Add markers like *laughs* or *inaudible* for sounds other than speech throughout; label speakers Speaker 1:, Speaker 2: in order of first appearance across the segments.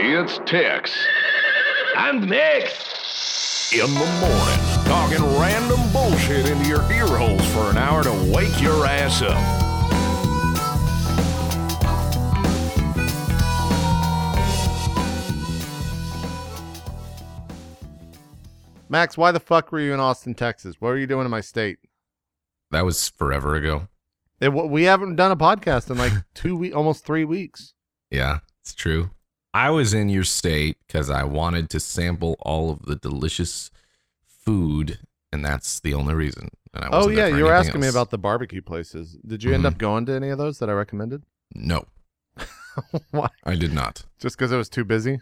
Speaker 1: It's Tex and Mix in the morning, talking random bullshit into your ear holes for an hour to wake your ass up.
Speaker 2: Max, why the fuck were you in Austin, Texas? What were you doing in my state?
Speaker 3: That was forever ago.
Speaker 2: It, we haven't done a podcast in like two weeks, almost three weeks.
Speaker 3: Yeah, it's true. I was in your state because I wanted to sample all of the delicious food, and that's the only reason. And I
Speaker 2: Oh
Speaker 3: wasn't
Speaker 2: yeah,
Speaker 3: there for
Speaker 2: you were
Speaker 3: anything
Speaker 2: asking me
Speaker 3: else.
Speaker 2: about the barbecue places. Did you end
Speaker 3: Mhm.
Speaker 2: up going to any of those that I recommended?
Speaker 3: No,
Speaker 2: *laughs* why?
Speaker 3: I did not.
Speaker 2: Just because it was too busy?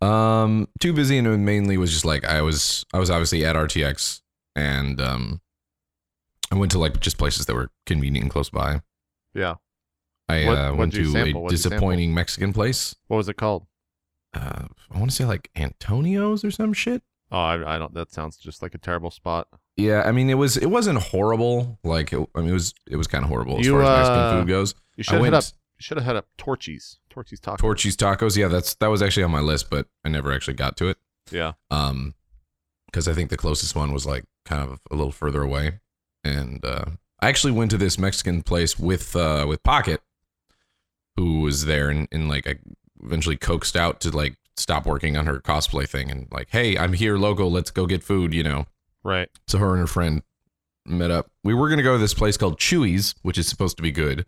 Speaker 3: Um, too busy, and it mainly was just like I was. I was obviously at RTX, and um, I went to like just places that were convenient and close by.
Speaker 2: Yeah.
Speaker 3: I
Speaker 2: What-
Speaker 3: uh,
Speaker 2: what'd
Speaker 3: went
Speaker 2: you
Speaker 3: to
Speaker 2: sample?
Speaker 3: a
Speaker 2: What'd you sample?
Speaker 3: disappointing Mexican place.
Speaker 2: What was it called?
Speaker 3: Uh, I want to say like Antonio's or some shit.
Speaker 2: Oh, I, I don't. That sounds just like a terrible spot.
Speaker 3: Yeah, I mean it was it wasn't horrible. Like it, I mean it was it was kind of horrible as
Speaker 2: You,
Speaker 3: far as Mexican
Speaker 2: uh,
Speaker 3: food goes.
Speaker 2: You
Speaker 3: I
Speaker 2: should have
Speaker 3: went
Speaker 2: hit up. You should have hit up Torchies. Torchies Tacos.
Speaker 3: Torchy's tacos. Yeah, that's that was actually on my list, but I never actually got to it.
Speaker 2: Yeah.
Speaker 3: Um, because I think the closest one was like kind of a little further away, and uh, I actually went to this Mexican place with uh with Pocket, who was there and, and like I eventually coaxed out to like stop working on her cosplay thing and like, hey, I'm here, local. Let's go get food. You know.
Speaker 2: Right.
Speaker 3: So her and her friend met up. We were gonna go to this place called Chewy's, which is supposed to be good.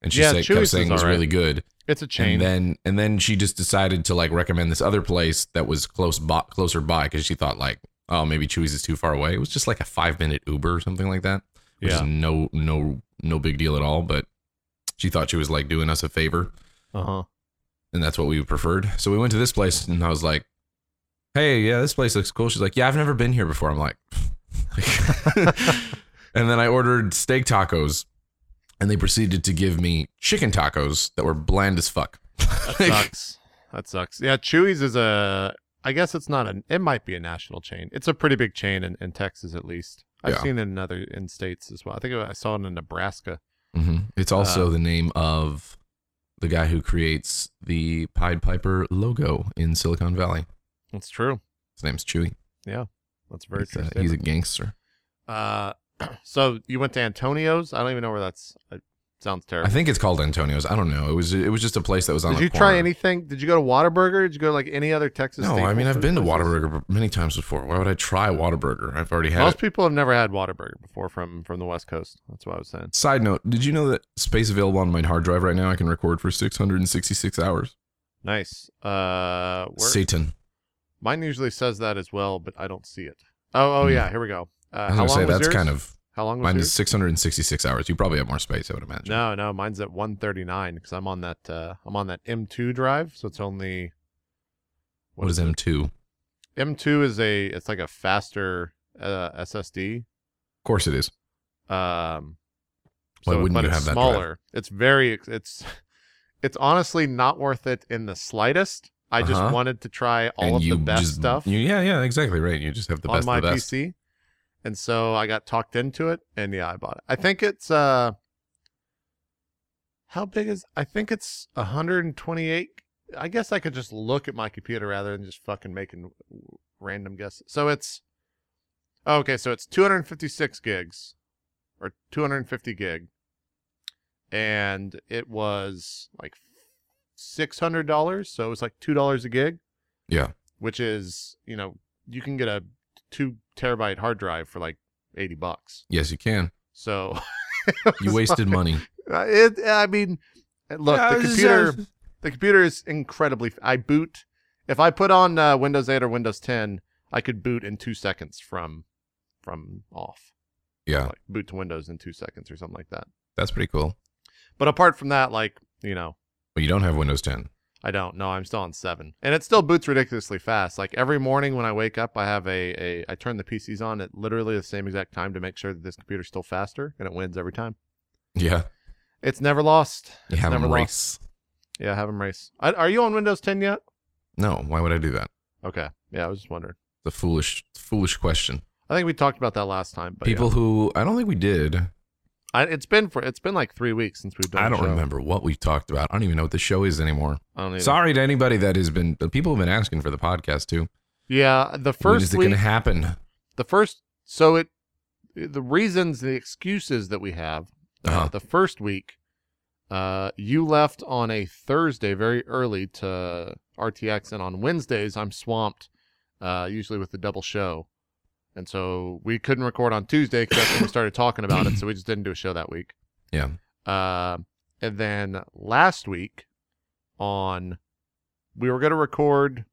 Speaker 3: And she
Speaker 2: Yeah,
Speaker 3: said,
Speaker 2: Chewy's
Speaker 3: kept
Speaker 2: is
Speaker 3: saying it was
Speaker 2: all right.
Speaker 3: really good.
Speaker 2: It's a chain.
Speaker 3: And then and then she just decided to like recommend this other place that was close by, closer by because she thought like, oh, maybe Chewy's is too far away. It was just like a five minute Uber or something like that. Which
Speaker 2: yeah.
Speaker 3: is no no no big deal at all. But she thought she was like doing us a favor
Speaker 2: Uh huh.
Speaker 3: and that's what we preferred. So we went to this place, and I was like, "Hey, yeah, this place looks cool." She's like, "Yeah, I've never been here before." I'm
Speaker 2: *laughs*
Speaker 3: like, *laughs* and then I ordered steak tacos, and they proceeded to give me chicken tacos that were bland as fuck. *laughs* Like,
Speaker 2: Sucks. that sucks. Yeah. Chewy's is a. I guess it's not an. It might be a national chain. It's a pretty big chain in, in Texas at least. I've
Speaker 3: Yeah.
Speaker 2: seen it in other in states as well. I think I saw it in Nebraska.
Speaker 3: mhm. It's also
Speaker 2: Uh,
Speaker 3: the name of the guy who creates the Pied Piper logo in Silicon Valley.
Speaker 2: That's true.
Speaker 3: His name's Chewy.
Speaker 2: That's a very
Speaker 3: He's a-
Speaker 2: true.
Speaker 3: he's a
Speaker 2: statement.
Speaker 3: gangster.
Speaker 2: Uh, *clears throat* so you went to Antonio's? I don't even know where that's. It sounds terrible.
Speaker 3: I think it's called Antonio's. I don't know. It was it was just a place that was on.
Speaker 2: Did
Speaker 3: a
Speaker 2: you try
Speaker 3: corner.
Speaker 2: anything? Did you go to Whataburger? Did you go to like any other Texas?
Speaker 3: No,
Speaker 2: staple
Speaker 3: I mean I've
Speaker 2: food
Speaker 3: been to
Speaker 2: places?
Speaker 3: Whataburger many times before. Why would I try Whataburger? I've already had.
Speaker 2: Most
Speaker 3: it.
Speaker 2: people have never had Whataburger before from from the West Coast. That's what I was saying.
Speaker 3: Side note: Did you know that space available on my hard drive right now? I can record for 666 hours.
Speaker 2: Nice. Uh, where,
Speaker 3: Satan.
Speaker 2: mine usually says that as well, but I don't see it. Oh, oh
Speaker 3: Hmm.
Speaker 2: yeah, here we go. Uh,
Speaker 3: I was
Speaker 2: how
Speaker 3: gonna
Speaker 2: long
Speaker 3: say
Speaker 2: was
Speaker 3: that's
Speaker 2: yours?
Speaker 3: kind of
Speaker 2: how long was
Speaker 3: mine
Speaker 2: yours?
Speaker 3: is 666 hours. You probably have more space, I would imagine.
Speaker 2: No, no, mine's at 139 because I'm on that uh, I'm on that M2 drive, so it's only
Speaker 3: What is
Speaker 2: it?
Speaker 3: M2? Of
Speaker 2: M2 is a it's like a faster uh, SSD.
Speaker 3: course it is.
Speaker 2: Um,
Speaker 3: Why wouldn't
Speaker 2: but
Speaker 3: you
Speaker 2: it's
Speaker 3: have that drive?
Speaker 2: smaller. It's very ex- it's it's honestly not worth it in the slightest. I just
Speaker 3: Uh-huh.
Speaker 2: wanted to try all of the best
Speaker 3: just-
Speaker 2: stuff
Speaker 3: you- yeah, yeah, exactly right. You just have the
Speaker 2: on
Speaker 3: best
Speaker 2: my
Speaker 3: of the best.
Speaker 2: PC, and so I got talked into it, and yeah, I bought it. I think it's uh, how big is? I think it's 128. I guess I could just look at my computer rather than just fucking making random guesses. So it's oh, okay. So it's 256 gigs, or 250 gig, and it was like six hundred dollars. So it was like two dollars a gig
Speaker 3: Yeah.
Speaker 2: which is you know you can get a two terabyte hard drive for like 80 bucks
Speaker 3: Yes, you *laughs* can.
Speaker 2: so *laughs*
Speaker 3: You wasted money.
Speaker 2: Uh, it i mean uh, look
Speaker 3: Yeah,
Speaker 2: the
Speaker 3: it's-
Speaker 2: computer the computer is incredibly f- i boot if i put on uh, windows 8 or windows 10 i could boot in two seconds from from off
Speaker 3: Yeah,
Speaker 2: like boot to windows in two seconds or something like that
Speaker 3: that's pretty cool.
Speaker 2: but apart from that like you know
Speaker 3: But you don't have Windows 10.
Speaker 2: I don't. No, I'm still on seven, and it still boots ridiculously fast. Like every morning when I wake up, I have a, a I turn the PCs on at literally the same exact time to make sure that this computer's still faster, and it wins every time.
Speaker 3: *laughs* Yeah,
Speaker 2: It's never lost.
Speaker 3: you
Speaker 2: It's
Speaker 3: have
Speaker 2: never
Speaker 3: them
Speaker 2: lost.
Speaker 3: race.
Speaker 2: Yeah, have them race. I, are you on Windows 10 yet?
Speaker 3: No, why would I do that?
Speaker 2: Okay. Yeah, I was just wondering.
Speaker 3: The foolish, foolish question.
Speaker 2: I think we talked about that last time. But
Speaker 3: people who I don't think we did.
Speaker 2: I, it's been for it's been like three weeks since we've done.
Speaker 3: I
Speaker 2: the
Speaker 3: don't
Speaker 2: show.
Speaker 3: remember what we talked about. I don't even know what the show is anymore.
Speaker 2: I don't either.
Speaker 3: Sorry to anybody that has been. The people have been asking for the podcast too.
Speaker 2: Yeah,
Speaker 3: When
Speaker 2: the
Speaker 3: is
Speaker 2: first
Speaker 3: it
Speaker 2: week,
Speaker 3: going to happen?
Speaker 2: the first. So it, the reasons, the excuses that we have. uh,
Speaker 3: Uh-huh.
Speaker 2: the first week, uh, you left on a Thursday very early to RTX, and on Wednesdays I'm swamped, uh, usually with the double show, and so we couldn't record on Tuesday because that's when we started talking about it. So we just didn't do a show that week.
Speaker 3: Yeah.
Speaker 2: Uh, and then last week on we were going to record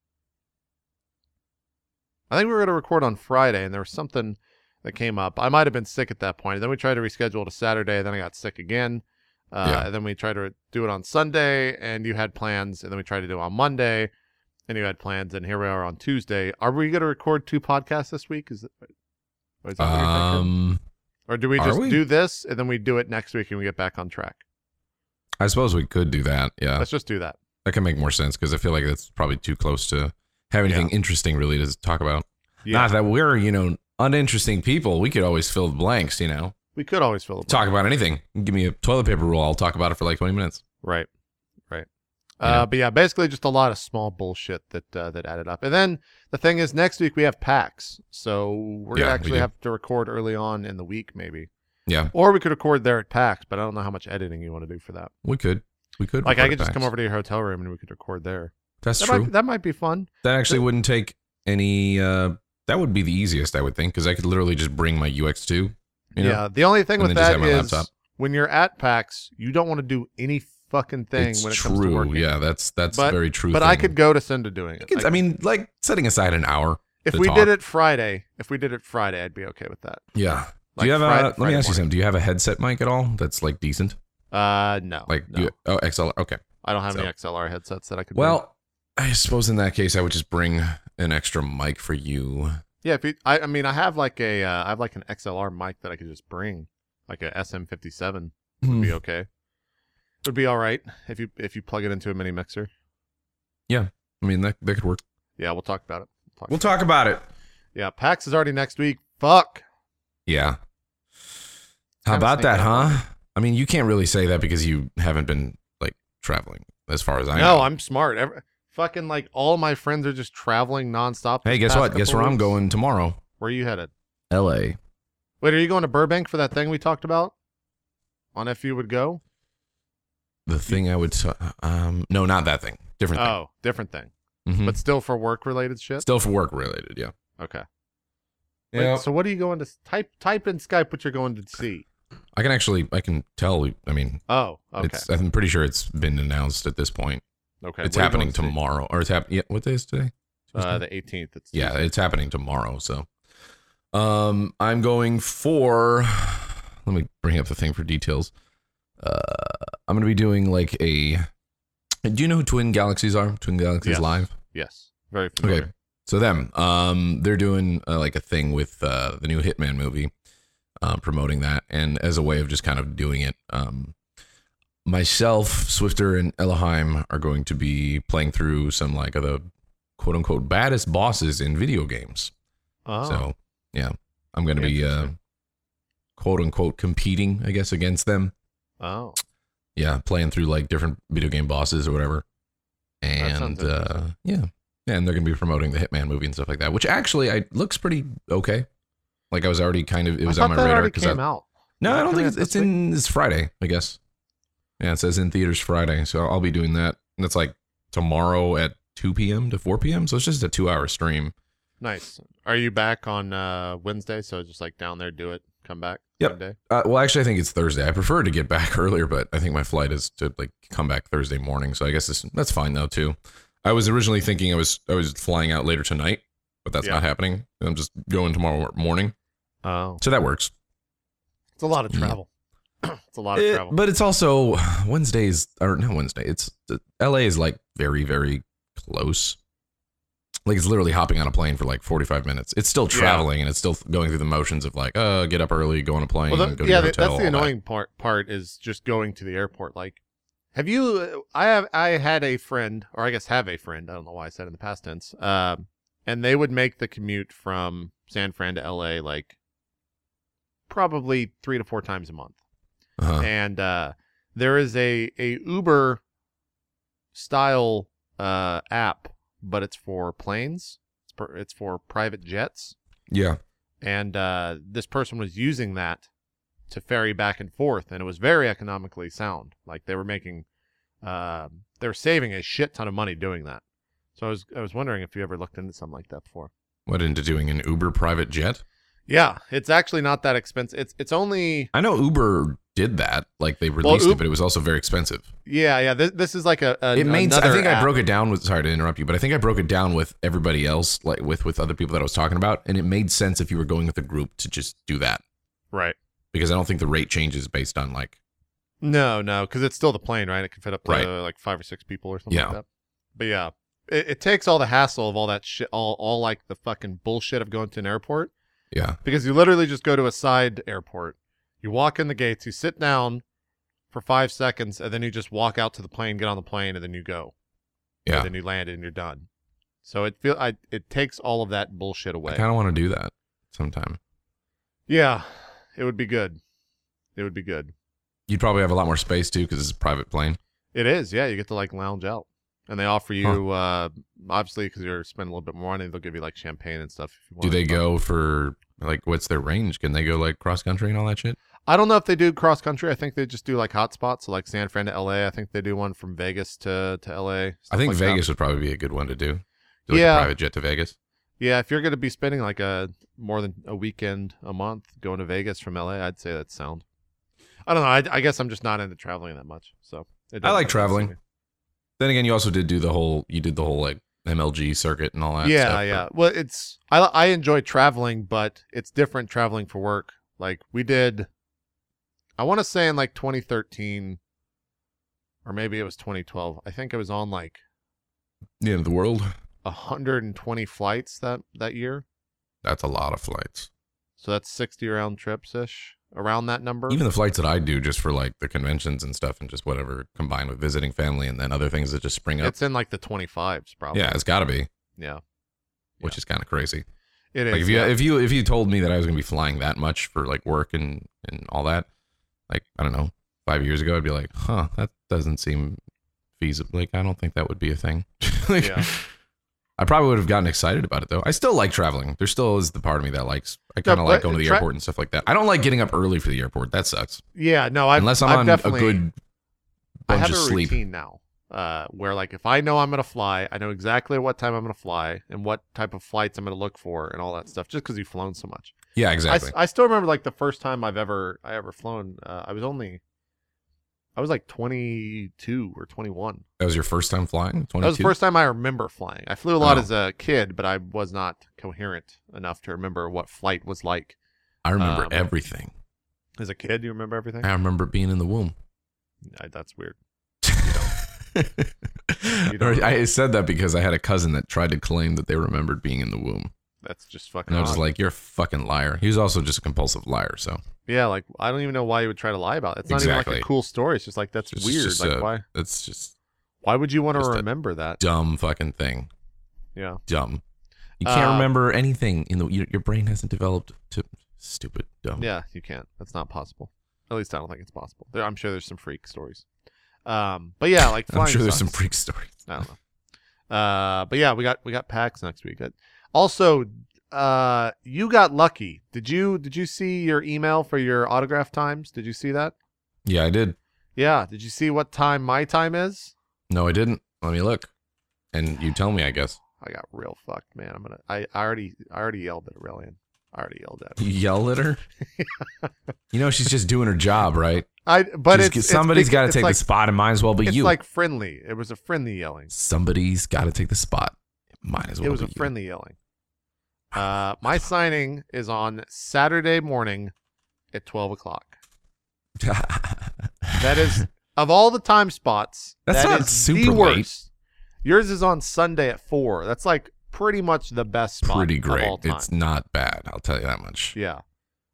Speaker 2: I think we were going to record on Friday and there was something that came up. I might have been sick at that point. Then we tried to reschedule to Saturday, then I got sick again. Uh,
Speaker 3: Yeah.
Speaker 2: and then we tried to do it on Sunday and you had plans and then we tried to do it on Monday and you had plans and here we are on Tuesday. Are we going to record two podcasts this week? Is it, or is that what you're thinking?
Speaker 3: Um,
Speaker 2: or do we
Speaker 3: are
Speaker 2: just
Speaker 3: we?
Speaker 2: do this and then we do it next week and we get back on track?
Speaker 3: I suppose we could do that. Yeah,
Speaker 2: Let's just do that.
Speaker 3: that can make more sense because I feel like that's probably too close to have anything interesting really to talk about.
Speaker 2: Yeah.
Speaker 3: Not that we're you know uninteresting people. We could always fill the blanks. You know,
Speaker 2: We could always fill the
Speaker 3: talk about anything. Give me a toilet paper roll. I'll talk about it for like twenty minutes.
Speaker 2: Right. Right.
Speaker 3: Yeah.
Speaker 2: Uh, but yeah, basically just a lot of small bullshit that uh, that added up. And then the thing is, next week we have PAX, so we're
Speaker 3: Yeah,
Speaker 2: gonna
Speaker 3: we
Speaker 2: actually
Speaker 3: do.
Speaker 2: have to record early on in the week, maybe.
Speaker 3: Yeah.
Speaker 2: Or we could record there at PAX, but I don't know how much editing you want to do for that.
Speaker 3: We could. We could.
Speaker 2: Like I
Speaker 3: record it
Speaker 2: could just
Speaker 3: back.
Speaker 2: come over to your hotel room and we could record there.
Speaker 3: That's
Speaker 2: that
Speaker 3: true.
Speaker 2: might that might be fun.
Speaker 3: That actually wouldn't take any. uh That would be the easiest, I would think, because I could literally just bring my UX two. You know?
Speaker 2: yeah. The only thing
Speaker 3: and then
Speaker 2: with
Speaker 3: just
Speaker 2: that
Speaker 3: have my
Speaker 2: is
Speaker 3: laptop.
Speaker 2: when you're at PAX, you don't want to do any fucking thing
Speaker 3: it's
Speaker 2: when it
Speaker 3: true.
Speaker 2: comes to working.
Speaker 3: Yeah, that's that's
Speaker 2: But-
Speaker 3: very true.
Speaker 2: But I
Speaker 3: thing.
Speaker 2: could go to Cinda doing it.
Speaker 3: I, could- I mean, like setting aside an hour.
Speaker 2: if
Speaker 3: to
Speaker 2: we
Speaker 3: talk.
Speaker 2: did it Friday, if we did it Friday, I'd be okay with that.
Speaker 3: Yeah. do
Speaker 2: Like
Speaker 3: you have
Speaker 2: Friday-
Speaker 3: a? Let
Speaker 2: Friday
Speaker 3: me ask you
Speaker 2: morning.
Speaker 3: something. Do you have a headset mic at all? That's like decent.
Speaker 2: Uh, no,
Speaker 3: Like
Speaker 2: no.
Speaker 3: you, oh XLR. Okay.
Speaker 2: I don't have any
Speaker 3: so-
Speaker 2: XLR headsets that I could. bring.
Speaker 3: Well, I suppose in that case, I would just bring an extra mic for you.
Speaker 2: yeah. If you, I, I mean, I have like a, uh, I have like an XLR mic that I could just bring, like a SM57. Would
Speaker 3: Hmm.
Speaker 2: be okay. Would be all right if you if you plug it into a mini mixer.
Speaker 3: I mean, that that could work.
Speaker 2: Yeah, we'll talk about it. We'll talk
Speaker 3: We'll
Speaker 2: about
Speaker 3: talk about it.
Speaker 2: it. Yeah, PAX is already next week. Fuck.
Speaker 3: Yeah. How
Speaker 2: Kinda
Speaker 3: about
Speaker 2: sneaky
Speaker 3: that,
Speaker 2: that one.
Speaker 3: huh? I mean, you can't really say that because you haven't been like traveling as far as I know.
Speaker 2: no, I'm smart. Every, fucking like all my friends are just traveling nonstop.
Speaker 3: hey,
Speaker 2: this
Speaker 3: guess
Speaker 2: past
Speaker 3: what? Guess
Speaker 2: couple
Speaker 3: where I'm
Speaker 2: weeks.
Speaker 3: going tomorrow?
Speaker 2: Where are you headed?
Speaker 3: L.A.
Speaker 2: Wait, are you going to Burbank for that thing we talked about? On if you would go?
Speaker 3: The thing I would, t- um, no, not that thing. Different
Speaker 2: Oh, different thing,
Speaker 3: thing. Mhm.
Speaker 2: but still for work related shit.
Speaker 3: Still for work related. Yeah.
Speaker 2: Okay. Wait,
Speaker 3: Yeah.
Speaker 2: so what are you going to s- type? Type in Skype what you're going to see.
Speaker 3: I can actually, I can tell. I mean,
Speaker 2: Oh, okay,
Speaker 3: it's. I'm pretty sure it's been announced at this point.
Speaker 2: okay.
Speaker 3: it's
Speaker 2: What are you
Speaker 3: happening
Speaker 2: going to see?
Speaker 3: tomorrow, or it's happening. Yeah. What day is today?
Speaker 2: Uh, the 18th. It's
Speaker 3: yeah, it's happening tomorrow. So, um, I'm going for. Let me bring up the thing for details. Uh, I'm gonna be doing like a. Do you know who Twin Galaxies are? Twin Galaxies
Speaker 2: Yes.
Speaker 3: Live.
Speaker 2: Yes, very familiar.
Speaker 3: Okay, so them. Um, they're doing uh, like a thing with uh, the new Hitman movie, uh, promoting that, and as a way of just kind of doing it. Um, myself, Swifter, and Elohim are going to be playing through some like of the quote unquote baddest bosses in video games.
Speaker 2: Oh,
Speaker 3: So yeah, I'm gonna be uh,
Speaker 2: Interesting.
Speaker 3: quote unquote competing, I guess, against them.
Speaker 2: oh,
Speaker 3: Yeah, playing through like different video game bosses or whatever. And
Speaker 2: sounds
Speaker 3: uh,
Speaker 2: interesting.
Speaker 3: yeah, yeah, and they're gonna be promoting the Hitman movie and stuff like that, which actually I looks pretty okay. Like I was already kind of it was
Speaker 2: I
Speaker 3: on
Speaker 2: thought
Speaker 3: my
Speaker 2: that
Speaker 3: radar
Speaker 2: already
Speaker 3: because I,
Speaker 2: came out.
Speaker 3: no,
Speaker 2: Did
Speaker 3: I
Speaker 2: it
Speaker 3: don't
Speaker 2: come
Speaker 3: think
Speaker 2: out
Speaker 3: it's, it's
Speaker 2: this week?
Speaker 3: in it's Friday, I guess. Yeah, it says in theaters Friday, so I'll be doing that. And it's like tomorrow at 2 p.m. to 4 p.m. So it's just a two-hour stream.
Speaker 2: Nice. Are you back on uh, Wednesday? So just like down there, do it, come back.
Speaker 3: Yep.
Speaker 2: Monday?
Speaker 3: Uh, well, actually, I think it's Thursday. I prefer to get back *laughs* earlier, but I think my flight is to like come back Thursday morning. So I guess this, that's fine though too. I was originally thinking I was I was flying out later tonight, but that's
Speaker 2: Yeah.
Speaker 3: not happening. I'm just going tomorrow morning,
Speaker 2: Oh,
Speaker 3: so that works.
Speaker 2: it's a lot of
Speaker 3: Yeah.
Speaker 2: travel. *clears throat* it's a lot of
Speaker 3: Eh,
Speaker 2: travel.
Speaker 3: but it's also *sighs* Wednesdays or not Wednesday. It's L.A. is like very very close. Like it's literally hopping on a plane for like 45 minutes. It's still
Speaker 2: Yeah.
Speaker 3: traveling and it's still going through the motions of like, uh, get up early, go on a plane,
Speaker 2: Well,
Speaker 3: go
Speaker 2: the,
Speaker 3: to
Speaker 2: yeah,
Speaker 3: your hotel.
Speaker 2: the- that's the
Speaker 3: all that.
Speaker 2: annoying part. Part is just going to the airport. Like, have you? I have. I had a friend, or I guess have a friend. I don't know why I said in the past tense. Um, and they would make the commute from San Fran to L.A. like probably three to four times a month.
Speaker 3: Uh-huh.
Speaker 2: and uh, there is a a Uber style uh, app, but it's for planes. It's, per, it's for private jets,
Speaker 3: Yeah.
Speaker 2: and uh, this person was using that to ferry back and forth, and it was very economically sound. Like they were making, uh, they were saving a shit ton of money doing that. So I was I was wondering if you ever looked into something like that before.
Speaker 3: What into doing an Uber private jet?
Speaker 2: Yeah, it's actually not that expensive. It's it's only
Speaker 3: I know Uber did that. Like they released
Speaker 2: Ub-
Speaker 3: it, but it was also very expensive.
Speaker 2: yeah yeah. This, this is like a, a
Speaker 3: it means I
Speaker 2: another
Speaker 3: think I
Speaker 2: app.
Speaker 3: broke it down with sorry to interrupt you, but I think I broke it down with everybody else, like with with other people that I was talking about, and it made sense if you were going with a group to just do that
Speaker 2: right.
Speaker 3: because I don't think the rate changes based on like
Speaker 2: No, no, because it's still the plane, right? It can fit up to
Speaker 3: Right.
Speaker 2: like five or six people or something
Speaker 3: Yeah.
Speaker 2: like that. But yeah, it, it takes all the hassle of all that shit, all, all like the fucking bullshit of going to an airport
Speaker 3: yeah
Speaker 2: because you literally just go to a side airport. You walk in the gates, you sit down for five seconds, and then you just walk out to the plane, get on the plane, and then you go.
Speaker 3: Yeah.
Speaker 2: And then you land and you're done. So it feel I it takes all of that bullshit away.
Speaker 3: I kind of want to do that sometime.
Speaker 2: Yeah, it would be good. It would be good.
Speaker 3: You'd probably have a lot more space too because it's a private plane.
Speaker 2: It is, yeah. You get to like lounge out, and they offer you uh obviously because you're spending a little bit more money, they'll give you like champagne and stuff. If you
Speaker 3: Do
Speaker 2: want
Speaker 3: they go for like what's their range? Can they go like cross country and all that shit?
Speaker 2: I don't know if they do cross country. I think they just do like hot spots, so like San Fran to L.A. I think they do one from Vegas to to L.A.
Speaker 3: I
Speaker 2: stuff
Speaker 3: think
Speaker 2: like that.
Speaker 3: Vegas would probably be a good one to do. Do like
Speaker 2: Yeah.
Speaker 3: a private jet to Vegas.
Speaker 2: Yeah, if you're gonna be spending like a more than a weekend a month going to Vegas from L.A., I'd say that's sound. I don't know. I, I guess I'm just not into traveling that much, so it doesn't
Speaker 3: I like
Speaker 2: make sense to
Speaker 3: traveling.
Speaker 2: me.
Speaker 3: Then again, you also did do the whole you did the whole like MLG circuit and all that.
Speaker 2: yeah
Speaker 3: stuff, but-
Speaker 2: yeah well it's I, I enjoy traveling but it's different traveling for work like we did i want to say in like 2013 or maybe it was 2012 i think i was on like
Speaker 3: The end of the world.
Speaker 2: 120 flights that that year
Speaker 3: That's a lot of flights.
Speaker 2: so that's 60 round trips ish around that number
Speaker 3: Even the flights that I do just for like the conventions and stuff and just whatever combined with visiting family and then other things that just spring up.
Speaker 2: it's in like the 25s probably
Speaker 3: yeah, it's got to be,
Speaker 2: yeah
Speaker 3: which is kind of crazy.
Speaker 2: it is
Speaker 3: Like if you
Speaker 2: yeah.
Speaker 3: if you if you told me that I was going to be flying that much for like work and and all that, like I don't know, 5 years ago I'd be like, "Huh, that doesn't seem feasible. Like I don't think that would be a thing." *laughs* like,
Speaker 2: Yeah.
Speaker 3: I probably would have gotten excited about it though. I still like traveling. There still is the part of me that likes I kind of
Speaker 2: but
Speaker 3: like going to the
Speaker 2: tra-
Speaker 3: airport and stuff like that. I don't like getting up early for the airport. That sucks.
Speaker 2: yeah no i've,
Speaker 3: Unless I'm
Speaker 2: I've
Speaker 3: on a
Speaker 2: definitely
Speaker 3: good
Speaker 2: I
Speaker 3: bunch
Speaker 2: have
Speaker 3: of
Speaker 2: a
Speaker 3: sleep.
Speaker 2: routine now, uh, where like if I know I'm gonna fly, I know exactly what time I'm gonna fly and what type of flights I'm gonna look for and all that stuff. Just because you've flown so much,
Speaker 3: Yeah,
Speaker 2: I s-
Speaker 3: exactly.
Speaker 2: I, still remember like the first time I've ever I ever flown. Uh, I was only, I was like 22 or 21.
Speaker 3: that was your first time flying? 22?
Speaker 2: That was the first time I remember flying. I flew a lot
Speaker 3: Oh.
Speaker 2: as a kid, but I was not coherent enough to remember what flight was like
Speaker 3: I remember
Speaker 2: um,
Speaker 3: everything.
Speaker 2: as a kid. Do you remember everything?
Speaker 3: I remember being in the womb.
Speaker 2: I, that's weird. *laughs* don't
Speaker 3: Or I said that because I had a cousin that tried to claim that they remembered being in the womb.
Speaker 2: That's just fucking.
Speaker 3: And I was
Speaker 2: odd.
Speaker 3: just like, you're a fucking liar. He was also just a compulsive liar. So
Speaker 2: Yeah, like I don't even know why you would try to lie about it. It's not even
Speaker 3: Exactly.
Speaker 2: like a cool story. It's just like that's
Speaker 3: It's
Speaker 2: weird.
Speaker 3: just
Speaker 2: Like
Speaker 3: a-
Speaker 2: why
Speaker 3: that's just
Speaker 2: why would you want to
Speaker 3: just a-
Speaker 2: remember that?
Speaker 3: dumb fucking thing.
Speaker 2: Yeah.
Speaker 3: Dumb. You can't
Speaker 2: Uh,
Speaker 3: remember anything in the your, your brain hasn't developed to stupid dumb.
Speaker 2: Yeah, you can't. That's not possible. At least I don't think it's possible. There I'm sure there's some freak stories. Um but yeah, like
Speaker 3: *laughs* I'm
Speaker 2: flying
Speaker 3: sure there's some
Speaker 2: sucks.
Speaker 3: freak stories.
Speaker 2: I don't know. Uh but yeah, we got we got packs next week. Good. Also, uh you got lucky. Did you did you see your email for your autograph times? Did you see that?
Speaker 3: Yeah, I did.
Speaker 2: Yeah, did you see what time my time is?
Speaker 3: No, I didn't. Let me look. And you tell me, I guess.
Speaker 2: I got real fucked, man. I'm gonna. I, I already, I already yelled at Aurelian. I already yelled at. Her.
Speaker 3: You yell at
Speaker 2: *laughs*
Speaker 3: her. you know she's just doing her job, right?
Speaker 2: I, but
Speaker 3: She's-
Speaker 2: it's, it's
Speaker 3: somebody's
Speaker 2: big-
Speaker 3: got to
Speaker 2: it's
Speaker 3: take
Speaker 2: like,
Speaker 3: the spot. It might as well be
Speaker 2: It's
Speaker 3: you.
Speaker 2: like friendly. It was a friendly yelling.
Speaker 3: somebody's got to take the spot. It might as well.
Speaker 2: It was
Speaker 3: be
Speaker 2: a
Speaker 3: you. *laughs*
Speaker 2: friendly yelling. Uh, my signing is on Saturday morning at twelve o'clock. That is of all the time spots.
Speaker 3: That's
Speaker 2: that
Speaker 3: not
Speaker 2: is
Speaker 3: super
Speaker 2: the
Speaker 3: late.
Speaker 2: worst. Yours is on Sunday at four. That's like pretty much the best spot.
Speaker 3: pretty
Speaker 2: of
Speaker 3: great.
Speaker 2: all time.
Speaker 3: It's not bad. I'll tell you that much.
Speaker 2: yeah.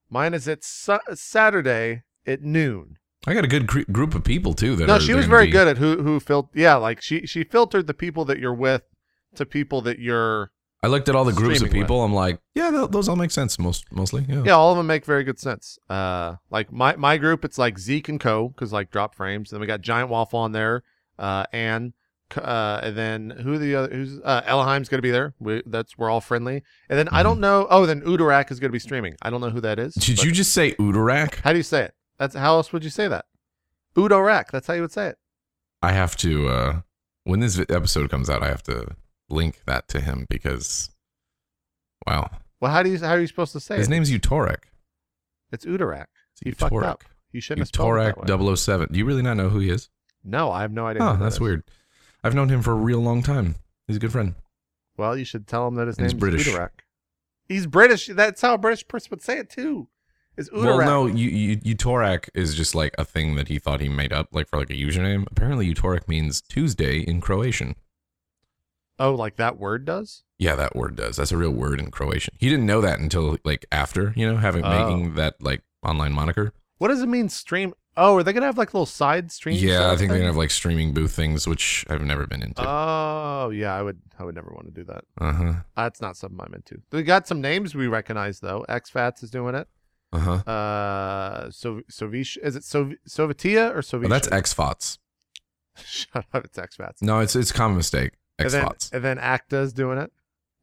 Speaker 2: Mine is at su- Saturday at noon.
Speaker 3: I got a good gr- group of people too. That
Speaker 2: no
Speaker 3: are-
Speaker 2: she
Speaker 3: they're
Speaker 2: was
Speaker 3: gonna
Speaker 2: very
Speaker 3: be-
Speaker 2: good at who who filtered yeah like she she filtered the people that you're with to people that you're
Speaker 3: I looked at all the groups of
Speaker 2: Streaming-wise.
Speaker 3: people. I'm like, yeah, th- those all make sense most mostly. Yeah.
Speaker 2: Yeah, all of them make very good sense. Uh, like my my group, it's like Zeke and Co. because like drop frames. Then we got Giant Waffle on there, uh, and uh, and then who are the other? Who's uh, Elheim's going to be there? We, that's we're all friendly. And then I don't know. Oh, then Udarak is going to be streaming. I don't know who that is.
Speaker 3: Mm-hmm. Did
Speaker 2: but-
Speaker 3: you just say Udarak?
Speaker 2: How do you say it? That's how else would you say that? Udarak. That's how you would say it.
Speaker 3: I have to uh when this vi- episode comes out, I have to link that to him because wow.
Speaker 2: Well, how do you how are you supposed to say
Speaker 3: His
Speaker 2: it?
Speaker 3: name's Utorek.
Speaker 2: it's Udarak.
Speaker 3: It's
Speaker 2: He fucked
Speaker 3: Utorek.
Speaker 2: up. He shouldn't have spelled it that way.
Speaker 3: Utorek 007. Do you really not know who he is?
Speaker 2: No, I have no idea.
Speaker 3: Oh,
Speaker 2: who that
Speaker 3: that's
Speaker 2: is.
Speaker 3: weird. I've known him for a real long time. He's a good friend.
Speaker 2: Well, you should tell him that his
Speaker 3: And he's
Speaker 2: name's
Speaker 3: British.
Speaker 2: Udarak. He's British. That's how a British person would say it too. Is Udarak?
Speaker 3: Well, no, you, you, Utorek is just like a thing that he thought he made up, like for like a username. Apparently, Utorek means Tuesday in Croatian.
Speaker 2: Oh, like that word does?
Speaker 3: Yeah, that word does. That's a real word in Croatian. He didn't know that until like after, you know, having
Speaker 2: Oh.
Speaker 3: making that like online moniker.
Speaker 2: What does it mean? Stream? Oh, are they gonna have like little side streams?
Speaker 3: yeah, I think they're gonna have like streaming booth things, which I've never been into. Uh-huh, Uh
Speaker 2: Oh, yeah. I would. I would never want to do that.
Speaker 3: huh.
Speaker 2: That's not something I'm into. We got some names we recognize though. XFATS is doing it.
Speaker 3: Uh huh.
Speaker 2: Uh, so Sovish is it Sov- Sovitia or Sovitia?
Speaker 3: Oh, that's XFOTS.
Speaker 2: *laughs* Shut up. It's XFATS.
Speaker 3: No, it's it's a common mistake.
Speaker 2: and then,
Speaker 3: XFOTS.
Speaker 2: and then Acta's
Speaker 3: *laughs*
Speaker 2: doing it.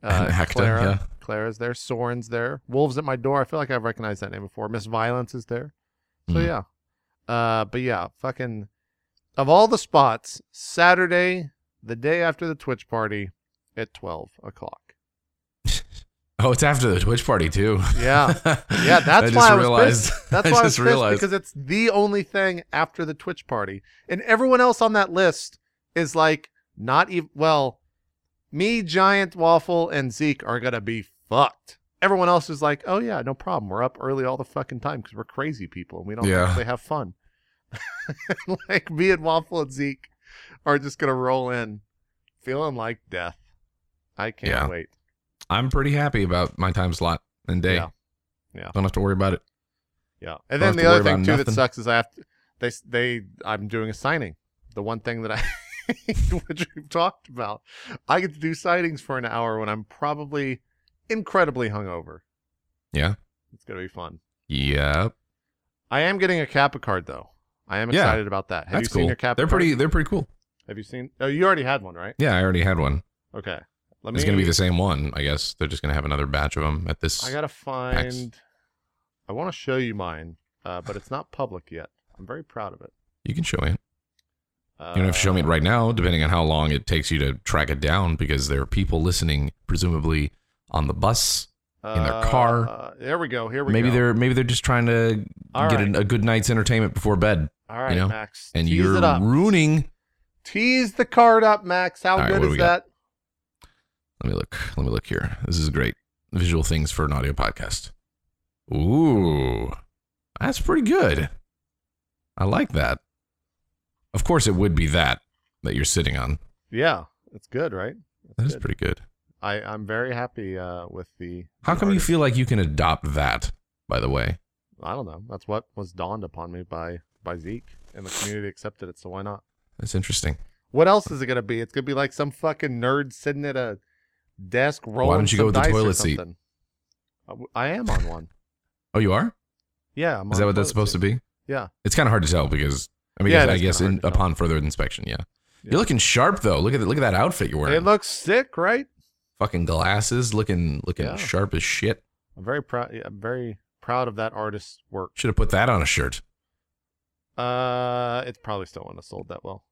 Speaker 2: Uh,
Speaker 3: And Acta,
Speaker 2: Clara,
Speaker 3: yeah.
Speaker 2: Clara's there. Soren's there. Wolves at my door. I feel like I've recognized that name before. Miss Violence is there. So
Speaker 3: Mm.
Speaker 2: yeah. Uh, but yeah, fucking of all the spots, Saturday, the day after the Twitch party, at twelve o'clock.
Speaker 3: Oh, it's after the Twitch party too. *laughs*
Speaker 2: Yeah. Oh. Yeah,
Speaker 3: yeah,
Speaker 2: that's why I was
Speaker 3: *laughs*
Speaker 2: pissed. That's why I, was
Speaker 3: just
Speaker 2: pissed
Speaker 3: realized.
Speaker 2: because it's the only thing after the Twitch party, and everyone else on that list is like not even. Well, me, Giant Waffle, and Zeke are gonna be fucked. Everyone else is like, oh yeah, no problem. We're up early all the fucking time because we're crazy people and we don't
Speaker 3: Yeah.
Speaker 2: actually have fun. *laughs* like me and Waffle and Zeke are just gonna roll in, feeling like death. I can't
Speaker 3: Yeah.
Speaker 2: wait.
Speaker 3: I'm pretty happy about my time slot and day.
Speaker 2: Yeah. Yeah.
Speaker 3: Don't have to worry about it.
Speaker 2: Yeah,
Speaker 3: Don't
Speaker 2: and then
Speaker 3: have to
Speaker 2: the other
Speaker 3: worry
Speaker 2: thing
Speaker 3: about
Speaker 2: too that
Speaker 3: nothing.
Speaker 2: sucks is I have to, they they I'm doing a signing. The one thing that I *laughs* which we've talked about, I get to do sightings for an hour when I'm probably incredibly hungover.
Speaker 3: Yeah.
Speaker 2: It's gonna be fun.
Speaker 3: Yep.
Speaker 2: I am getting a Kappa card though. I am
Speaker 3: Yeah,
Speaker 2: excited about that. Have
Speaker 3: that's
Speaker 2: you seen
Speaker 3: cool.
Speaker 2: your Kappa?
Speaker 3: they're
Speaker 2: card?
Speaker 3: pretty. They're pretty cool.
Speaker 2: Have you seen? Oh, you already had one, right?
Speaker 3: Yeah, I already had one.
Speaker 2: Okay. Let
Speaker 3: It's gonna be the same one, I guess. They're just gonna have another batch of them at this.
Speaker 2: I gotta find. I want to show you mine, uh, but it's not public yet. I'm very proud of it.
Speaker 3: you can show me. it.
Speaker 2: Uh,
Speaker 3: You don't have to show me it right now, depending on how long it takes you to track it down, because there are people listening, presumably on the bus. in their car.
Speaker 2: Uh, there we go. Here we
Speaker 3: Maybe
Speaker 2: go.
Speaker 3: they're maybe they're just trying to
Speaker 2: All
Speaker 3: get
Speaker 2: right.
Speaker 3: a, a good night's entertainment before bed,
Speaker 2: All right,
Speaker 3: know?
Speaker 2: Max.
Speaker 3: and
Speaker 2: tease it
Speaker 3: you're
Speaker 2: up.
Speaker 3: ruining.
Speaker 2: tease the card up, Max. How
Speaker 3: All right,
Speaker 2: good
Speaker 3: what do
Speaker 2: is
Speaker 3: we
Speaker 2: that?
Speaker 3: got? Let me look. Let me look here. This is great. Visual things for an audio podcast. Ooh, that's pretty good. I like that. Of course, it would be that that you're sitting on.
Speaker 2: Yeah, it's good, right?
Speaker 3: That is
Speaker 2: Good.
Speaker 3: pretty good.
Speaker 2: I I'm very happy uh, with the.
Speaker 3: How
Speaker 2: the
Speaker 3: come you
Speaker 2: artist.
Speaker 3: feel like you can adopt that? By the way,
Speaker 2: I don't know. That's what was dawned upon me by by Zeke, and the community accepted it. So why not?
Speaker 3: that's interesting.
Speaker 2: What else is it gonna be? It's gonna be like some fucking nerd sitting at a desk rolling.
Speaker 3: don't you
Speaker 2: some
Speaker 3: go with the
Speaker 2: dice or
Speaker 3: toilet seat?
Speaker 2: something. I w- I am on one.
Speaker 3: Oh, you are?
Speaker 2: Yeah. I'm
Speaker 3: Is
Speaker 2: on
Speaker 3: that
Speaker 2: a
Speaker 3: what that's
Speaker 2: toilet
Speaker 3: supposed
Speaker 2: seat.
Speaker 3: to be?
Speaker 2: Yeah.
Speaker 3: It's kind of hard to tell because I mean,
Speaker 2: Yeah, it
Speaker 3: I
Speaker 2: is
Speaker 3: guess
Speaker 2: kinda hard
Speaker 3: in,
Speaker 2: to tell.
Speaker 3: upon further inspection, yeah.
Speaker 2: Yeah.
Speaker 3: You're looking sharp though. Look at that. Look at that outfit you're wearing.
Speaker 2: It looks sick, right?
Speaker 3: Fucking glasses, looking looking
Speaker 2: Yeah.
Speaker 3: sharp as shit.
Speaker 2: I'm very proud. I'm very proud of that artist's work.
Speaker 3: Should have put that on a shirt.
Speaker 2: Uh, it's probably still wouldn't have sold that well.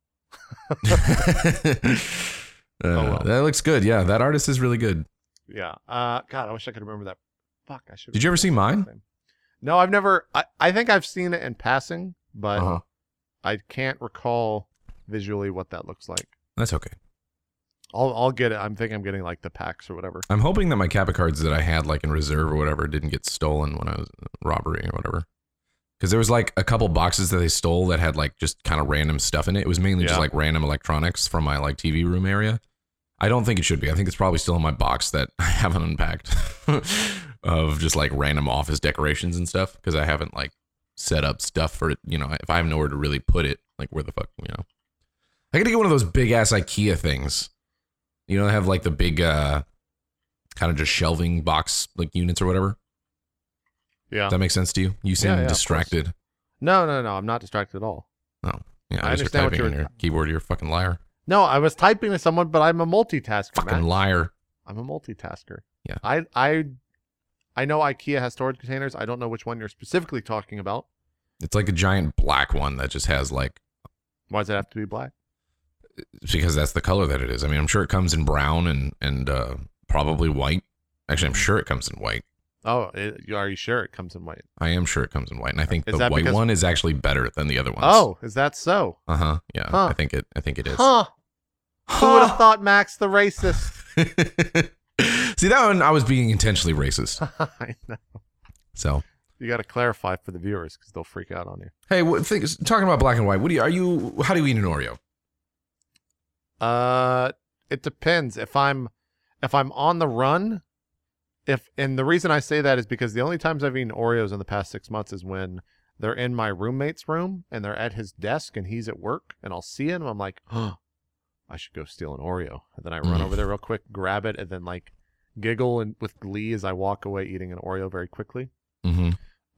Speaker 3: *laughs* Uh,
Speaker 2: well.
Speaker 3: That looks good. Yeah, that artist is really good.
Speaker 2: Yeah. Uh, God, I wish I could remember that. Fuck, I should.
Speaker 3: Did you ever see mine?
Speaker 2: No, I've never. I, I think I've seen it in passing, but
Speaker 3: Uh-huh.
Speaker 2: I can't recall visually what that looks like.
Speaker 3: That's okay.
Speaker 2: I'll I'll get it. I'm thinking I'm getting like the packs or whatever.
Speaker 3: I'm hoping that my Kappa cards that I had like in reserve or whatever didn't get stolen when I was robbery or whatever. Because there was like a couple boxes that they stole that had like just kind of random stuff in it. It was mainly
Speaker 2: Yeah.
Speaker 3: just like random electronics from my like TV room area. I don't think it should be. I think it's probably still in my box that *laughs* I haven't unpacked *laughs* of just like random office decorations and stuff because I haven't like set up stuff for it. You know, if I have nowhere to really put it, like where the fuck, you know, I gotta get one of those big ass IKEA things. You know, they have like the big uh kind of just shelving box like units or whatever.
Speaker 2: Yeah.
Speaker 3: Does that make sense to you? You seem
Speaker 2: yeah, of course.
Speaker 3: distracted.
Speaker 2: No, no, no. I'm not distracted at all.
Speaker 3: Yeah, I,
Speaker 2: I
Speaker 3: just
Speaker 2: understand what
Speaker 3: typing
Speaker 2: you
Speaker 3: on
Speaker 2: were-
Speaker 3: your keyboard. You're a fucking liar.
Speaker 2: No, I was typing to someone, but I'm a multitasker.
Speaker 3: Fucking
Speaker 2: Matt.
Speaker 3: liar.
Speaker 2: I'm a multitasker.
Speaker 3: Yeah.
Speaker 2: I I I know IKEA has storage containers. I don't know which one you're specifically talking about.
Speaker 3: It's like a giant black one that just has like
Speaker 2: Why does it have to be black?
Speaker 3: because that's the color that it is. I mean, I'm sure it comes in brown and and uh, probably white. Actually, I'm
Speaker 2: Mm-hmm.
Speaker 3: sure it comes in white.
Speaker 2: Oh, it, are you sure it comes in white?
Speaker 3: I am sure it comes in white, and I think
Speaker 2: Is
Speaker 3: the
Speaker 2: that
Speaker 3: white
Speaker 2: because-
Speaker 3: one is actually better than the other ones.
Speaker 2: Oh, is that so?
Speaker 3: uh huh, yeah.
Speaker 2: Huh.
Speaker 3: I think it. I think it is.
Speaker 2: Huh. Who would have thought Max the racist?
Speaker 3: *laughs*
Speaker 2: *laughs*
Speaker 3: See that one? I was being intentionally racist.
Speaker 2: I know.
Speaker 3: So
Speaker 2: you got to clarify for the viewers because they'll freak out on you.
Speaker 3: hey, what, think, talking about black and white, what do you? Are you? How do you eat an Oreo?
Speaker 2: Uh, it depends. If I'm if I'm on the run, if and the reason I say that is because the only times I've eaten Oreos in the past six months is when they're in my roommate's room and they're at his desk and he's at work and I'll see him. I'm like, huh, I should go steal an Oreo. And then I run
Speaker 3: Mm.
Speaker 2: over there real quick, grab it, and then like giggle and with glee as I walk away eating an Oreo very quickly.
Speaker 3: Mm-hmm.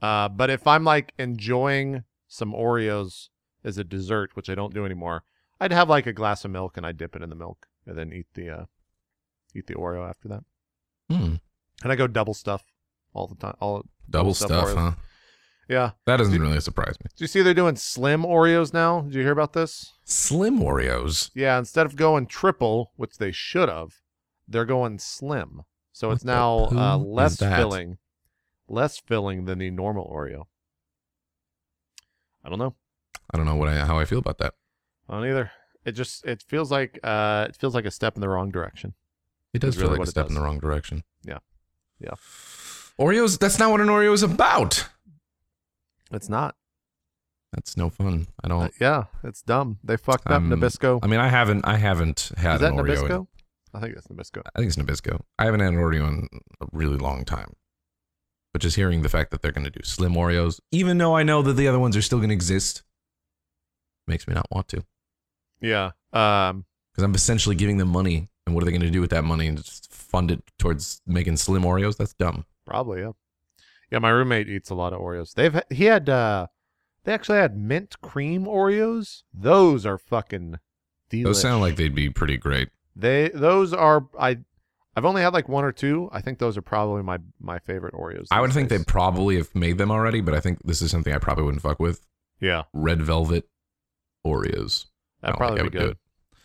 Speaker 2: Uh, but if I'm like enjoying some Oreos as a dessert, which I don't do anymore, I'd have like a glass of milk and I dip it in the milk and then eat the uh, eat the Oreo after that.
Speaker 3: Hmm.
Speaker 2: And I go double stuff all the time. All
Speaker 3: Double
Speaker 2: Double stuff
Speaker 3: stuff,
Speaker 2: Oreos.
Speaker 3: huh?
Speaker 2: yeah.
Speaker 3: That doesn't
Speaker 2: Did-
Speaker 3: really surprise me.
Speaker 2: Do you see they're doing slim Oreos now? Did you hear about this?
Speaker 3: Slim Oreos.
Speaker 2: Yeah, instead of going triple, which they should have, they're going slim. So
Speaker 3: What
Speaker 2: it's
Speaker 3: the
Speaker 2: now
Speaker 3: poo
Speaker 2: uh,
Speaker 3: is
Speaker 2: less
Speaker 3: that?
Speaker 2: filling, less filling than the normal Oreo. I don't know.
Speaker 3: I don't know what I, how I feel about that.
Speaker 2: I don't either. It just it feels like uh it feels like a step in the wrong direction.
Speaker 3: It does
Speaker 2: Is
Speaker 3: feel
Speaker 2: really
Speaker 3: like
Speaker 2: what
Speaker 3: a
Speaker 2: it
Speaker 3: step in
Speaker 2: does.
Speaker 3: the wrong direction.
Speaker 2: Yeah. Yeah.
Speaker 3: Oreos, that's not what an Oreo is about.
Speaker 2: It's not.
Speaker 3: That's no fun. I don't.
Speaker 2: Uh, yeah, it's dumb. They fucked up
Speaker 3: Um,
Speaker 2: Nabisco.
Speaker 3: I mean, I haven't. I haven't had
Speaker 2: Is that
Speaker 3: an Oreo. in-
Speaker 2: Nabisco? I think that's Nabisco.
Speaker 3: I think it's Nabisco. I haven't had an Oreo in a really long time. But just hearing the fact that they're going to do slim Oreos, even though I know that the other ones are still going to exist, makes me not want to
Speaker 2: Yeah. Um
Speaker 3: because I'm essentially giving them money. And what are they going to do with that money and just fund it towards making slim Oreos? That's dumb.
Speaker 2: probably, yeah. Yeah, my roommate eats a lot of Oreos. They've ha- he had uh they actually had mint cream Oreos. Those are fucking delish.
Speaker 3: Those sound like they'd be pretty great.
Speaker 2: they those are I I've only had like one or two. I think those are probably my my favorite Oreos.
Speaker 3: I
Speaker 2: these
Speaker 3: would think they
Speaker 2: days.
Speaker 3: probably have made them already, but I think this is something I probably wouldn't fuck with.
Speaker 2: Yeah.
Speaker 3: Red velvet Oreos. I don't think
Speaker 2: That'd probably
Speaker 3: I
Speaker 2: be
Speaker 3: would do
Speaker 2: good.
Speaker 3: it.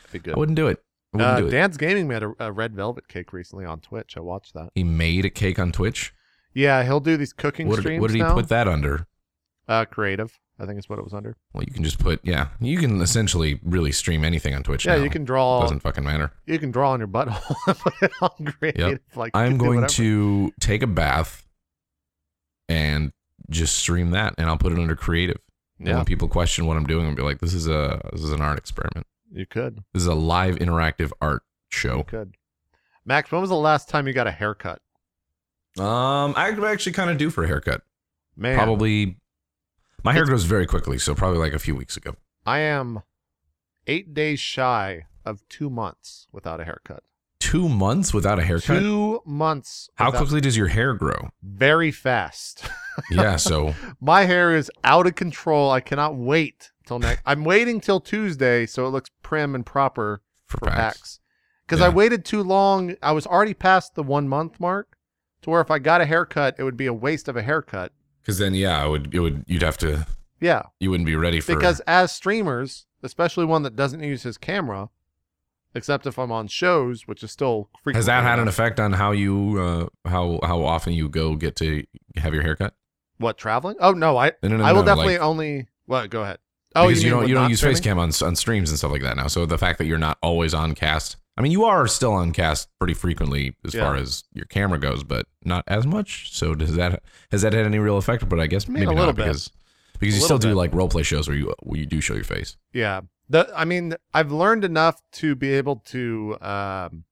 Speaker 2: That'd be good.
Speaker 3: I wouldn't do it. I wouldn't
Speaker 2: Uh,
Speaker 3: do it.
Speaker 2: Dan's Gaming made a, a red velvet cake recently on Twitch. I watched that.
Speaker 3: He made a cake on Twitch.
Speaker 2: Yeah, he'll do these cooking
Speaker 3: What did,
Speaker 2: streams
Speaker 3: what did he
Speaker 2: now.
Speaker 3: put that under?
Speaker 2: Uh, creative, I think is what it was under.
Speaker 3: Well, you can just put yeah. You can essentially really stream anything on Twitch.
Speaker 2: yeah,
Speaker 3: now.
Speaker 2: you can draw.
Speaker 3: Doesn't fucking matter.
Speaker 2: You can draw on your butthole *laughs* and put it on creative. Like you
Speaker 3: I'm
Speaker 2: can do
Speaker 3: going
Speaker 2: whatever.
Speaker 3: to take a bath and just stream that, and I'll put it under creative. And
Speaker 2: Yeah,
Speaker 3: when people question what I'm doing, I'll be like, "This is a this is an art experiment.
Speaker 2: you could.
Speaker 3: This is a live interactive art
Speaker 2: You
Speaker 3: show."
Speaker 2: could. Max, when was the last time you got a haircut?
Speaker 3: Um, I actually kind of do for a haircut.
Speaker 2: Man,
Speaker 3: Probably my hair
Speaker 2: It's-
Speaker 3: grows very quickly, so probably like a few weeks ago.
Speaker 2: I am eight days shy of two months without a haircut.
Speaker 3: Two months without a haircut.
Speaker 2: Two months.
Speaker 3: How
Speaker 2: without-
Speaker 3: quickly does your hair grow?
Speaker 2: Very fast.
Speaker 3: *laughs* Yeah, so
Speaker 2: My hair is out of control. I cannot wait till next. I'm waiting till Tuesday so it looks prim and proper
Speaker 3: for,
Speaker 2: for
Speaker 3: facts.
Speaker 2: PAX. Because I
Speaker 3: Yeah.
Speaker 2: waited too long. I was already past the one month mark to where if I got a haircut, it would be a waste of a haircut.
Speaker 3: Because then, yeah, it would it would you'd have to
Speaker 2: Yeah.
Speaker 3: you wouldn't be ready for
Speaker 2: Because as streamers, especially one that doesn't use his camera, except if I'm on shows, which is still frequently.
Speaker 3: Has that had an
Speaker 2: enough.
Speaker 3: effect on how you uh, how how often you go get to have your haircut?
Speaker 2: What, traveling? Oh, no. I,
Speaker 3: No, no, no,
Speaker 2: I will
Speaker 3: no,
Speaker 2: definitely
Speaker 3: like-
Speaker 2: only. What? Go ahead. Oh,
Speaker 3: because you,
Speaker 2: mean
Speaker 3: don't
Speaker 2: with
Speaker 3: you don't
Speaker 2: not
Speaker 3: use
Speaker 2: streaming?
Speaker 3: face cam on on streams and stuff like that now. So the fact that you're not always on cast, I mean, you are still on cast pretty frequently as
Speaker 2: Yeah.
Speaker 3: far as your camera goes, but not as much. So does that has that had any real effect? But I guess
Speaker 2: mean,
Speaker 3: maybe
Speaker 2: a little
Speaker 3: not
Speaker 2: bit.
Speaker 3: because because
Speaker 2: A
Speaker 3: you still
Speaker 2: little
Speaker 3: do
Speaker 2: bit.
Speaker 3: like role play shows where you where you do show your face.
Speaker 2: Yeah. The I mean, I've learned enough to be able to um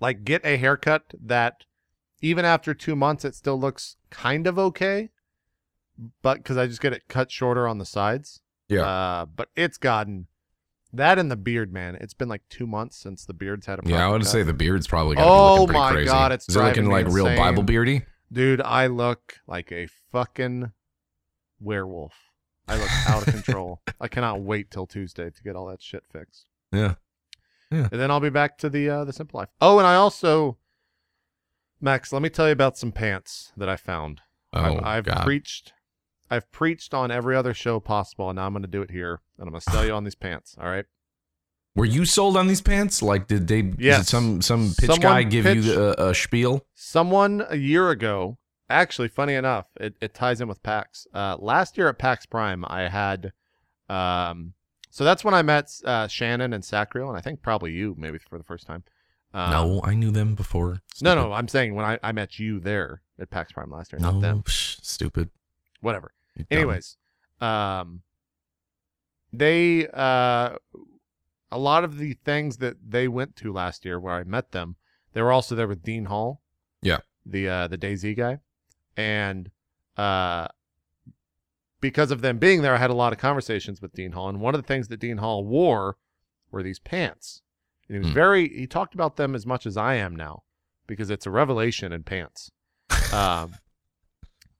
Speaker 2: like get a haircut that even after 2 months it still looks kind of okay, but cuz I just get it cut shorter on the sides.
Speaker 3: Yeah.
Speaker 2: Uh but it's gotten That and the beard, man. It's been like two months since the beard's had a.
Speaker 3: Yeah, I
Speaker 2: proper
Speaker 3: would
Speaker 2: cut.
Speaker 3: say the beard's probably got
Speaker 2: Oh
Speaker 3: to be looking pretty
Speaker 2: my
Speaker 3: crazy.
Speaker 2: God, it's
Speaker 3: Is it looking
Speaker 2: driving me
Speaker 3: like real
Speaker 2: insane.
Speaker 3: Bible beardy?
Speaker 2: Dude, I look like a fucking werewolf. I look out of
Speaker 3: *laughs*
Speaker 2: control. I cannot wait till Tuesday to get all that shit fixed.
Speaker 3: Yeah. Yeah.
Speaker 2: And then I'll be back to the uh, the simple life. Oh, and I also, Max, let me tell you about some pants that I found.
Speaker 3: Oh,
Speaker 2: I've, I've
Speaker 3: God.
Speaker 2: preached, I've preached on every other show possible, and now I'm going to do it here, and I'm going to sell you on these pants. All right.
Speaker 3: Were you sold on these pants? Like, did they? Yeah.
Speaker 2: Yes.
Speaker 3: Some some pitch
Speaker 2: Someone
Speaker 3: guy give you
Speaker 2: pitched-
Speaker 3: the, a, a spiel?
Speaker 2: Someone a year ago, actually, funny enough, it, it ties in with PAX. Uh, last year at PAX Prime, I had, um, so that's when I met uh, Shannon and Sacriel, and I think probably you, maybe for the first time. Um,
Speaker 3: no, I knew them before.
Speaker 2: no, no, I'm saying when I, I met you there at PAX Prime last year,
Speaker 3: Stupid.
Speaker 2: not
Speaker 3: no,
Speaker 2: them.
Speaker 3: psh, stupid.
Speaker 2: Whatever.
Speaker 3: You dumb.
Speaker 2: Anyways, um, they uh, a lot of the things that they went to last year where I met them, they were also there with Dean Hall.
Speaker 3: Yeah.
Speaker 2: The uh, the Daisy guy, and uh, because of them being there, I had a lot of conversations with Dean Hall, and one of the things that Dean Hall wore were these pants. And he was
Speaker 3: Hmm.
Speaker 2: very he talked about them as much as I am now because it's a revelation
Speaker 3: *laughs*
Speaker 2: in pants. Um,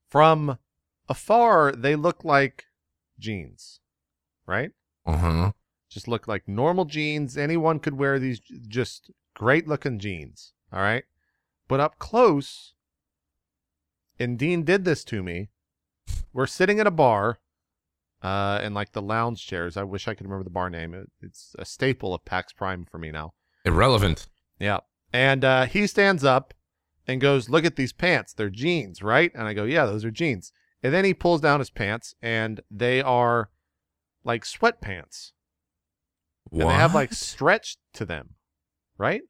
Speaker 2: from afar, they look like jeans, right?
Speaker 3: uh huh.
Speaker 2: Just look like normal jeans. Anyone could wear these j- just great looking jeans, all right? But up close, and Dean did this to me. We're sitting at a bar uh, in like the lounge chairs. I wish I could remember the bar name. It, it's a staple of PAX Prime for me now.
Speaker 3: Irrelevant.
Speaker 2: Yeah. And uh, he stands up and goes, Look at these pants. They're jeans, right? And I go, Yeah, those are jeans. And then he pulls down his pants and they are like sweatpants.
Speaker 3: What?
Speaker 2: And they have like stretch to them, right?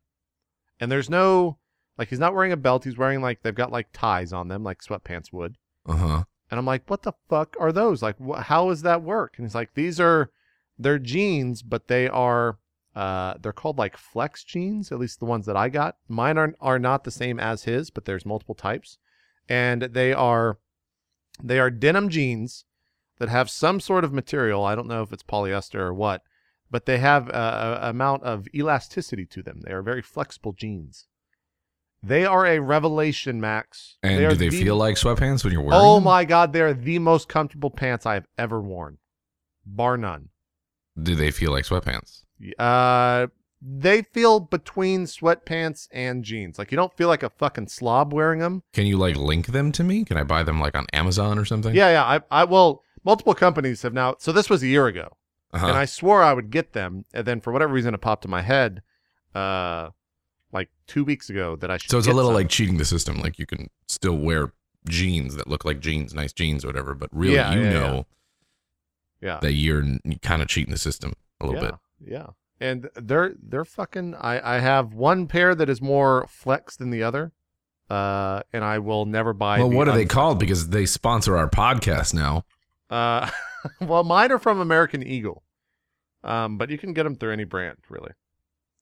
Speaker 2: And there's no, like, he's not wearing a belt. He's wearing like, they've got like ties on them, like sweatpants would.
Speaker 3: Uh huh.
Speaker 2: And I'm like, what the fuck are those? Like, wh- how does that work? And he's like, these are, they're jeans, but they are, uh, they're called like flex jeans. At least the ones that I got. Mine are are not the same as his, but there's multiple types, and they are, they are denim jeans that have some sort of material. I don't know if it's polyester or what, but they have a, a amount of elasticity to them. They are very flexible jeans. They are a revelation, Max.
Speaker 3: And
Speaker 2: are
Speaker 3: do they
Speaker 2: the
Speaker 3: feel like sweatpants when you're wearing?
Speaker 2: Oh
Speaker 3: them?
Speaker 2: my god, they are the most comfortable pants I have ever worn, bar none.
Speaker 3: Do they feel like sweatpants?
Speaker 2: Uh, they feel between sweatpants and jeans. Like you don't feel like a fucking slob wearing them.
Speaker 3: Can you like link them to me? Can I buy them like on Amazon or something?
Speaker 2: Yeah, yeah. I, I well, multiple companies have now. So this was a year ago,
Speaker 3: Uh-huh.
Speaker 2: and I swore I would get them, and then for whatever reason it popped in my head, uh, like two weeks ago that I should.
Speaker 3: so it's a
Speaker 2: get
Speaker 3: little
Speaker 2: some.
Speaker 3: like cheating the system. Like you can still wear jeans that look like jeans, nice jeans, or whatever. But really,
Speaker 2: Yeah,
Speaker 3: you
Speaker 2: yeah,
Speaker 3: know
Speaker 2: yeah.
Speaker 3: that you're kind of cheating the system a little
Speaker 2: yeah,
Speaker 3: bit.
Speaker 2: Yeah. And they're they're fucking I I have one pair that is more flex than the other. Uh and I will never buy
Speaker 3: Well,
Speaker 2: the
Speaker 3: what are they
Speaker 2: un-
Speaker 3: called? Because they sponsor our podcast now.
Speaker 2: Uh *laughs* well, mine are from American Eagle. Um but you can get them through any brand, really.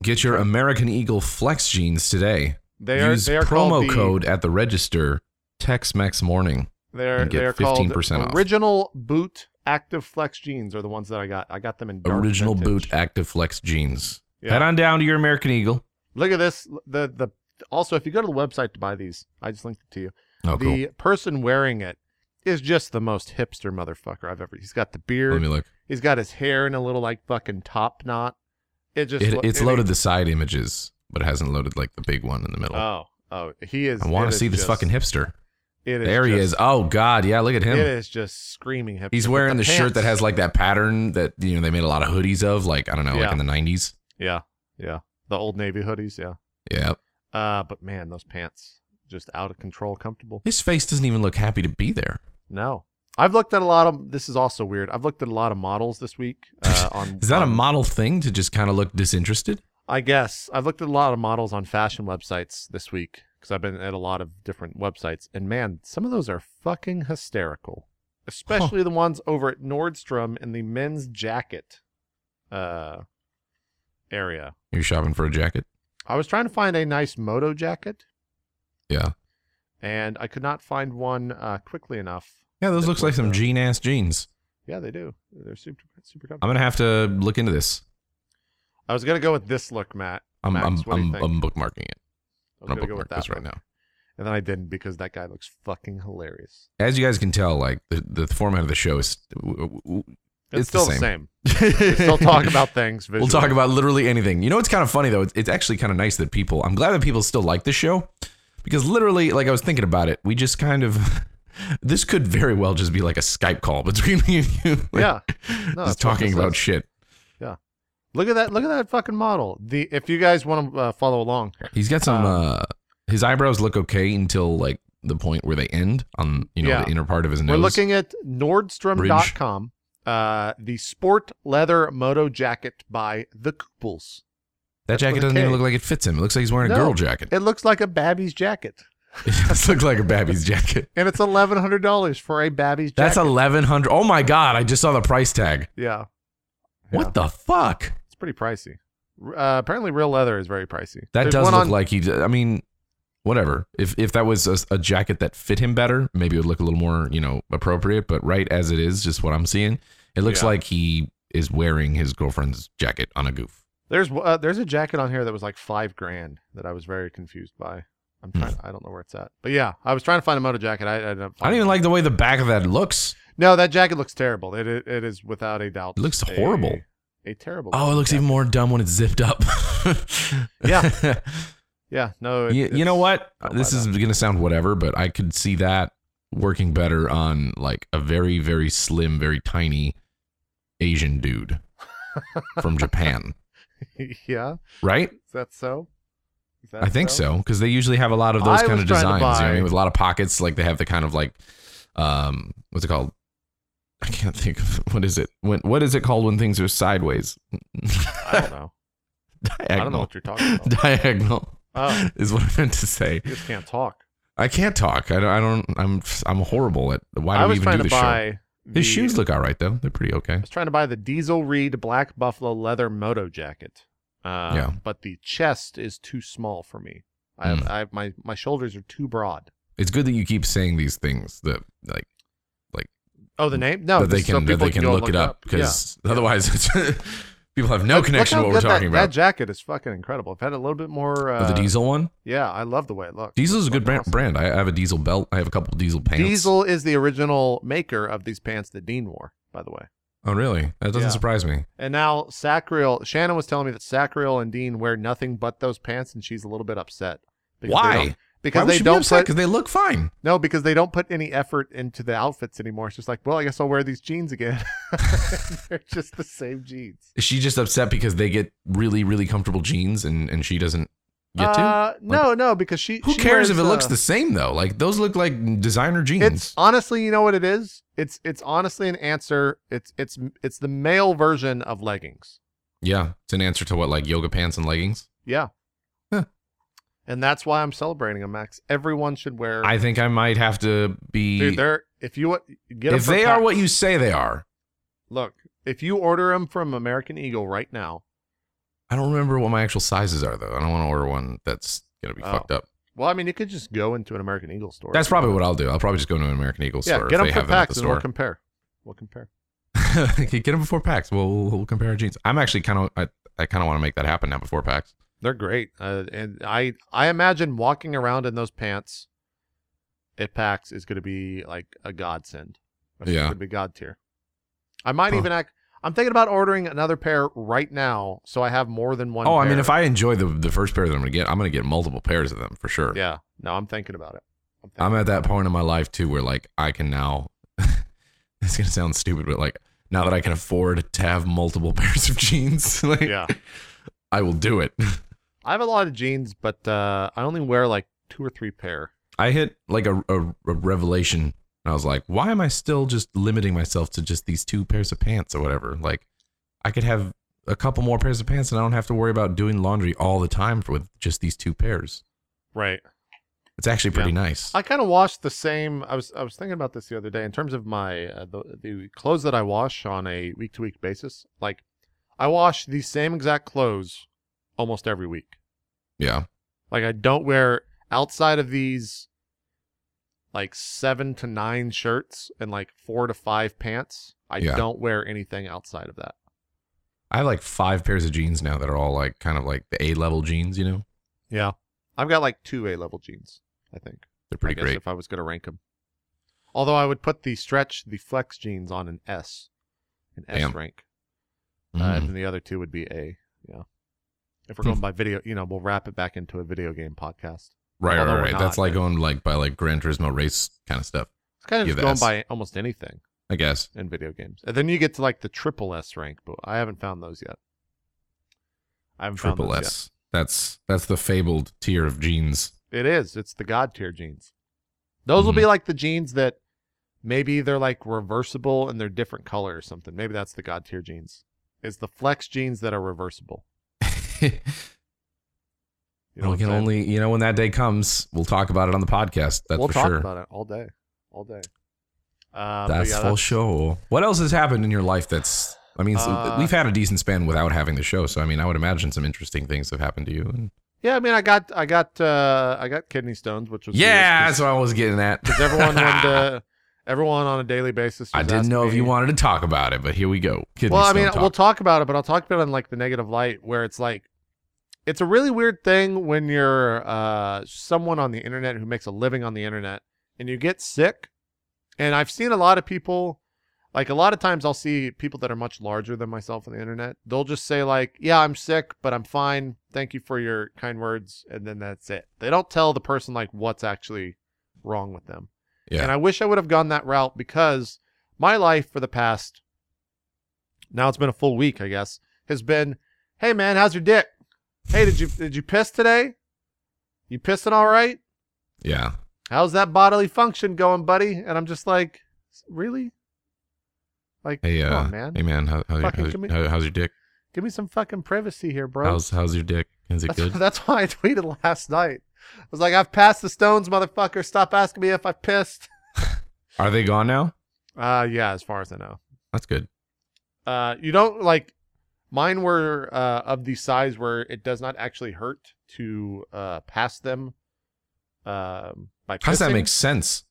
Speaker 3: Get your American Eagle Flex jeans today.
Speaker 2: They are
Speaker 3: Use
Speaker 2: they are called
Speaker 3: promo
Speaker 2: the-
Speaker 3: code at the register Tex Mex Morning.
Speaker 2: They're
Speaker 3: and get
Speaker 2: they're called
Speaker 3: 15% off.
Speaker 2: original boot active flex jeans are the ones that I got. I got them in dark
Speaker 3: Original
Speaker 2: vintage.
Speaker 3: boot active flex jeans.
Speaker 2: Yeah.
Speaker 3: Head on down to your American Eagle.
Speaker 2: Look at this. The the also if you go to the website to buy these, I just linked it to you.
Speaker 3: Oh, cool.
Speaker 2: the person wearing it is just the most hipster motherfucker I've ever. He's got the
Speaker 3: Let
Speaker 2: beard.
Speaker 3: me look.
Speaker 2: he's got his hair in a little like fucking top knot. It just
Speaker 3: It,
Speaker 2: lo-
Speaker 3: it's
Speaker 2: it
Speaker 3: loaded
Speaker 2: ain't-
Speaker 3: the side images, but it hasn't loaded like the big one in the middle.
Speaker 2: Oh, oh, he is.
Speaker 3: I want
Speaker 2: it
Speaker 3: to
Speaker 2: is
Speaker 3: see this
Speaker 2: just-
Speaker 3: fucking hipster.
Speaker 2: It is
Speaker 3: There he
Speaker 2: just-
Speaker 3: is. Oh God, yeah, look at
Speaker 2: It
Speaker 3: him.
Speaker 2: is just screaming hipster.
Speaker 3: He's
Speaker 2: But
Speaker 3: wearing the, shirt that
Speaker 2: pants-
Speaker 3: has like that pattern that you know they made a lot of hoodies of, like I don't know,
Speaker 2: Yeah.
Speaker 3: like in the nineties.
Speaker 2: Yeah, yeah, the old navy hoodies. Yeah.
Speaker 3: Yeah.
Speaker 2: Uh, but man, those pants just out of control, comfortable.
Speaker 3: His face doesn't even look happy to be there.
Speaker 2: No. I've looked at a lot of this is also weird. I've looked at a lot of models this week.
Speaker 3: *laughs*
Speaker 2: Uh, on
Speaker 3: Is that a
Speaker 2: on-
Speaker 3: model thing to just kind of look disinterested?
Speaker 2: I guess I've looked at a lot of models on fashion websites this week because I've been at a lot of different websites, and man, some of those are fucking hysterical. Especially the ones over at Nordstrom in the men's jacket uh, area.
Speaker 3: You're shopping for a jacket.
Speaker 2: I was trying to find a nice moto jacket,
Speaker 3: Yeah.
Speaker 2: and I could not find one uh, quickly enough.
Speaker 3: Yeah, those
Speaker 2: That
Speaker 3: looks like
Speaker 2: was,
Speaker 3: some
Speaker 2: uh,
Speaker 3: jean ass jeans.
Speaker 2: Yeah, they do. They're super super comfortable.
Speaker 3: I'm gonna have to look into this.
Speaker 2: I was gonna go with this look, Matt.
Speaker 3: I'm
Speaker 2: Max,
Speaker 3: I'm
Speaker 2: what do you
Speaker 3: I'm,
Speaker 2: think?
Speaker 3: I'm bookmarking it.
Speaker 2: I was
Speaker 3: I'm
Speaker 2: gonna
Speaker 3: gonna
Speaker 2: go
Speaker 3: bookmark
Speaker 2: with that
Speaker 3: this right
Speaker 2: one.
Speaker 3: now.
Speaker 2: and then I didn't because that guy looks fucking hilarious.
Speaker 3: As you guys can tell, like the, the format of the show is *laughs*
Speaker 2: It's,
Speaker 3: It's the
Speaker 2: still the
Speaker 3: same.
Speaker 2: same.
Speaker 3: *laughs*
Speaker 2: We still talk about things.
Speaker 3: We'll talk
Speaker 2: visually.
Speaker 3: about literally anything. You know what's kind of funny though? It's, it's actually kind of nice that people. I'm glad that people still like this show because literally, like I was thinking about it, we just kind of. *laughs* This could very well just be like a Skype call between *laughs* me and you. Like,
Speaker 2: Yeah. that's what
Speaker 3: just talking
Speaker 2: this
Speaker 3: about
Speaker 2: is.
Speaker 3: shit.
Speaker 2: Look at that! Look at that fucking model. The if you guys want to uh, follow along,
Speaker 3: He's got some.
Speaker 2: Um,
Speaker 3: uh, his eyebrows look okay until like the point where they end on you know
Speaker 2: Yeah.
Speaker 3: the inner part of his nose.
Speaker 2: we're looking at Nordstrom.com. Uh, the sport leather moto jacket by the Kooples.
Speaker 3: that jacket
Speaker 2: with a
Speaker 3: doesn't even
Speaker 2: K.
Speaker 3: look like it fits him. It looks like he's wearing a
Speaker 2: No.
Speaker 3: girl jacket.
Speaker 2: It looks like a Babby's jacket,
Speaker 3: *laughs* It does look like a Babby's jacket.
Speaker 2: and it's eleven hundred dollars for a Babby's jacket.
Speaker 3: That's eleven hundred. Oh my god! I just saw the price tag.
Speaker 2: yeah. Yeah.
Speaker 3: What the fuck?
Speaker 2: It's pretty pricey. R- Uh, apparently, real leather is very pricey.
Speaker 3: That
Speaker 2: There's
Speaker 3: does
Speaker 2: one
Speaker 3: look
Speaker 2: on-
Speaker 3: like he. d- I mean, whatever. If if that was a, a jacket that fit him better, maybe it would look a little more you know appropriate. But right as it is, just what I'm seeing, it looks
Speaker 2: Yeah.
Speaker 3: like he is wearing his girlfriend's jacket on a goof.
Speaker 2: There's uh, there's a jacket on here that was like five grand that I was very confused by. I'm
Speaker 3: Hmm.
Speaker 2: trying. I don't know where it's at, but yeah, I was trying to find a moto jacket. I, I didn't.
Speaker 3: I don't even like the way the back of that looks.
Speaker 2: No, that jacket looks terrible. It it, it is without a doubt.
Speaker 3: It looks
Speaker 2: a-
Speaker 3: horrible.
Speaker 2: A terrible.
Speaker 3: Oh, it looks
Speaker 2: jacket.
Speaker 3: even more dumb when it's zipped up. *laughs*
Speaker 2: Yeah. Yeah. No. it-
Speaker 3: you, you know
Speaker 2: it's-
Speaker 3: what?
Speaker 2: I don't
Speaker 3: This
Speaker 2: buy
Speaker 3: is going to sound whatever, but I could see that working better on like a very, very slim, very tiny Asian
Speaker 2: *laughs*
Speaker 3: dude from Japan,
Speaker 2: yeah.
Speaker 3: right?
Speaker 2: Is that so? Is that
Speaker 3: I think so because they usually have a lot of those
Speaker 2: I
Speaker 3: kind
Speaker 2: was
Speaker 3: of
Speaker 2: trying to
Speaker 3: designs. You know what I
Speaker 2: buy-
Speaker 3: mean, with a lot of pockets, like they have the kind of like, um, what's it called? I can't think of *laughs* what is it. When what is it called when things are sideways? *laughs*
Speaker 2: I don't know.
Speaker 3: Diagonal.
Speaker 2: I don't know what you're
Speaker 3: *laughs*
Speaker 2: talking about.
Speaker 3: Diagonal
Speaker 2: Oh,
Speaker 3: is what I meant to say.
Speaker 2: you just can't talk.
Speaker 3: I can't talk. I don't. I don't I'm. I'm horrible at. Why do
Speaker 2: I
Speaker 3: we
Speaker 2: was
Speaker 3: even
Speaker 2: trying
Speaker 3: do
Speaker 2: to
Speaker 3: this show?
Speaker 2: buy. The,
Speaker 3: His shoes look all right though. They're pretty okay.
Speaker 2: I was trying to buy the Diesel Reed Black Buffalo leather moto jacket. Uh,
Speaker 3: Yeah. Hmm.
Speaker 2: But the chest is too small for me. I have, I have my my shoulders are too broad.
Speaker 3: It's good that you keep saying these things that like
Speaker 2: Oh, the name? No,
Speaker 3: that they
Speaker 2: just so
Speaker 3: can that
Speaker 2: people
Speaker 3: they can
Speaker 2: go
Speaker 3: look, it up
Speaker 2: Yeah.
Speaker 3: because otherwise it's, *laughs* people have no
Speaker 2: Look- look
Speaker 3: connection
Speaker 2: how
Speaker 3: to what we're
Speaker 2: good
Speaker 3: talking
Speaker 2: that,
Speaker 3: about.
Speaker 2: That jacket is fucking incredible. I've had a little bit more.
Speaker 3: Oh,
Speaker 2: Uh,
Speaker 3: the diesel one.
Speaker 2: Yeah, I love the way it looks.
Speaker 3: Diesel is a
Speaker 2: It's
Speaker 3: good
Speaker 2: fucking
Speaker 3: brand.
Speaker 2: awesome.
Speaker 3: brand. I, I have a diesel belt. I have a couple diesel pants.
Speaker 2: Diesel is the original maker of these pants that Dean wore, by the way.
Speaker 3: Oh really? That doesn't
Speaker 2: Yeah.
Speaker 3: surprise me.
Speaker 2: And now Sacriel, Shannon was telling me that Sacriel and Dean wear nothing but those pants, and she's a little bit upset. because they
Speaker 3: Why?
Speaker 2: don't- Because
Speaker 3: Why
Speaker 2: they don't put
Speaker 3: Because they look fine.
Speaker 2: no, because they don't put any effort into the outfits anymore. It's just like, well, I guess I'll wear these jeans again. *laughs* They're just the same jeans.
Speaker 3: Is she just upset because they get really really comfortable jeans and and she doesn't get to?
Speaker 2: Uh, no, no, because she.
Speaker 3: Who
Speaker 2: she
Speaker 3: cares
Speaker 2: wears,
Speaker 3: if it looks
Speaker 2: uh,
Speaker 3: the same though? Like those look like designer jeans.
Speaker 2: It's honestly, you know what it is. It's it's honestly an answer. It's it's it's the male version of leggings.
Speaker 3: yeah, it's an answer to what like yoga pants and leggings.
Speaker 2: Yeah.
Speaker 3: Huh.
Speaker 2: And that's why I'm celebrating them, Max. Everyone should wear.
Speaker 3: I think I might have to be.
Speaker 2: dude, they're if you want- get 'em
Speaker 3: if
Speaker 2: for
Speaker 3: they are
Speaker 2: Pat-
Speaker 3: what you say they are,
Speaker 2: look. If you order them from American Eagle right now,
Speaker 3: I don't remember what my actual sizes are though. I don't want to order one that's gonna be
Speaker 2: Oh.
Speaker 3: fucked up.
Speaker 2: well, I mean, you could just go into an American Eagle store.
Speaker 3: That's probably what I'll do. I'll probably just go to an American Eagle
Speaker 2: Yeah,
Speaker 3: store
Speaker 2: get
Speaker 3: if
Speaker 2: them
Speaker 3: they
Speaker 2: for
Speaker 3: have them at
Speaker 2: packs
Speaker 3: the
Speaker 2: and we'll
Speaker 3: store.
Speaker 2: compare. We'll compare.
Speaker 3: *laughs* get them before PAX. We'll, we'll, we'll compare our jeans. I'm actually kind of I, I kind of want to make that happen now before PAX.
Speaker 2: They're great, uh, and I I imagine walking around in those pants at PAX is going to be like a godsend. It's
Speaker 3: Yeah.
Speaker 2: going to be god tier. I might
Speaker 3: Huh.
Speaker 2: even act. I'm thinking about ordering another pair right now, so I have more than one.
Speaker 3: Oh, I mean,
Speaker 2: pair.
Speaker 3: if I enjoy the the first pair that I'm gonna get, I'm gonna get multiple pairs of them for sure.
Speaker 2: yeah, no, I'm thinking about it. I'm, thinking
Speaker 3: I'm at that point in my life too where like I can now *laughs* it's gonna sound stupid, but like now that I can afford to have multiple *laughs* pairs of jeans, *laughs* like
Speaker 2: Yeah,
Speaker 3: I will do it.
Speaker 2: I have a lot of jeans, but uh, I only wear like two or three pair.
Speaker 3: I hit like a, a, a revelation and I was like, why am I still just limiting myself to just these two pairs of pants or whatever? Like I could have a couple more pairs of pants and I don't have to worry about doing laundry all the time for, with just these two pairs.
Speaker 2: Right.
Speaker 3: It's actually pretty
Speaker 2: Yeah.
Speaker 3: nice.
Speaker 2: I kind of wash the same. I was I was thinking about this the other day in terms of my uh, the the clothes that I wash on a week to week basis. Like I wash the same exact clothes almost every week.
Speaker 3: yeah.
Speaker 2: Like I don't wear outside of these like seven to nine shirts and like four to five pants. I
Speaker 3: Yeah.
Speaker 2: don't wear anything outside of that.
Speaker 3: I have like five pairs of jeans now that are all like kind of like the A level jeans. You know,
Speaker 2: Yeah. I've got like two A level jeans, I think.
Speaker 3: they're
Speaker 2: I
Speaker 3: pretty
Speaker 2: guess
Speaker 3: great.
Speaker 2: if I was going to rank them. Although I would put the stretch, the flex jeans on an S, an S
Speaker 3: Damn.
Speaker 2: rank. Uh,
Speaker 3: Mm.
Speaker 2: and the other two would be A. Yeah. If we're
Speaker 3: Hmm.
Speaker 2: going by video, you know, we'll wrap it back into a video game podcast.
Speaker 3: right,
Speaker 2: although
Speaker 3: right,
Speaker 2: we're
Speaker 3: right.
Speaker 2: not,
Speaker 3: That's like
Speaker 2: but-
Speaker 3: going like by like Gran Turismo race kind of stuff.
Speaker 2: It's kind of
Speaker 3: Give
Speaker 2: just going
Speaker 3: S.
Speaker 2: by almost anything
Speaker 3: I guess.
Speaker 2: in video games. And then you get to like the triple S rank, but I haven't found those yet. I haven't found
Speaker 3: Triple
Speaker 2: those
Speaker 3: S. That's that's the fabled tier of *laughs* jeans.
Speaker 2: yet. It is. It's the god tier jeans. Those will
Speaker 3: Mm-hmm.
Speaker 2: be like the jeans that maybe they're like reversible and they're different color or something. Maybe that's the god tier jeans. It's the flex jeans that are reversible. You know
Speaker 3: we
Speaker 2: what I'm
Speaker 3: can
Speaker 2: saying?
Speaker 3: only, you know, when that day comes, we'll talk about it on the podcast. That's
Speaker 2: we'll
Speaker 3: for
Speaker 2: talk
Speaker 3: sure.
Speaker 2: about it all day, all day. Uh, but
Speaker 3: that's
Speaker 2: yeah,
Speaker 3: for sure. What else has happened in your life? That's, I mean, it's-
Speaker 2: Uh,
Speaker 3: we've had a decent span without having the show, so I mean, I would imagine some interesting things have happened to you. And
Speaker 2: Yeah, I mean, I got, I got, uh, I got kidney stones, which was
Speaker 3: yeah, that's
Speaker 2: because
Speaker 3: what I was getting at.
Speaker 2: everyone wanted, uh, everyone on a daily basis.
Speaker 3: *laughs* I
Speaker 2: was
Speaker 3: didn't know
Speaker 2: asking
Speaker 3: if you
Speaker 2: me-
Speaker 3: wanted to talk about it, but here we go. Kidney
Speaker 2: Well, I
Speaker 3: stone
Speaker 2: mean,
Speaker 3: talk.
Speaker 2: we'll talk about it, but I'll talk about it in like the negative light, where it's like, it's a really weird thing when you're uh, someone on the internet who makes a living on the internet and you get sick. And I've seen a lot of people, like a lot of times I'll see people that are much larger than myself on the internet. They'll just say like, "Yeah, I'm sick, but I'm fine. Thank you for your kind words," and then that's it. They don't tell the person like what's actually wrong with them.
Speaker 3: Yeah.
Speaker 2: And I wish I would have gone that route because my life for the past now it's been a full week, I guess, has been, "Hey man, how's your dick? Hey, did you did you piss today? You pissing all right?"
Speaker 3: yeah,
Speaker 2: how's that bodily function going, buddy? And I'm just like, really? Like,
Speaker 3: hey,
Speaker 2: come
Speaker 3: uh,
Speaker 2: on, man.
Speaker 3: hey, man, how, how's, your,
Speaker 2: Fucking
Speaker 3: how's,
Speaker 2: commi-
Speaker 3: how- how's your dick?
Speaker 2: Give me some fucking privacy here, bro.
Speaker 3: How's how's your dick? Is it
Speaker 2: that's,
Speaker 3: good?
Speaker 2: *laughs* that's why I tweeted last night. I was like, I've passed the stones, motherfucker. Stop asking me if I pissed.
Speaker 3: Are they gone now?
Speaker 2: Uh, yeah, as far as I know.
Speaker 3: That's good.
Speaker 2: Uh, you don't like mine were uh, of the size where it does not actually hurt to uh, pass them. Um, by
Speaker 3: How does that
Speaker 2: pissing.
Speaker 3: make sense?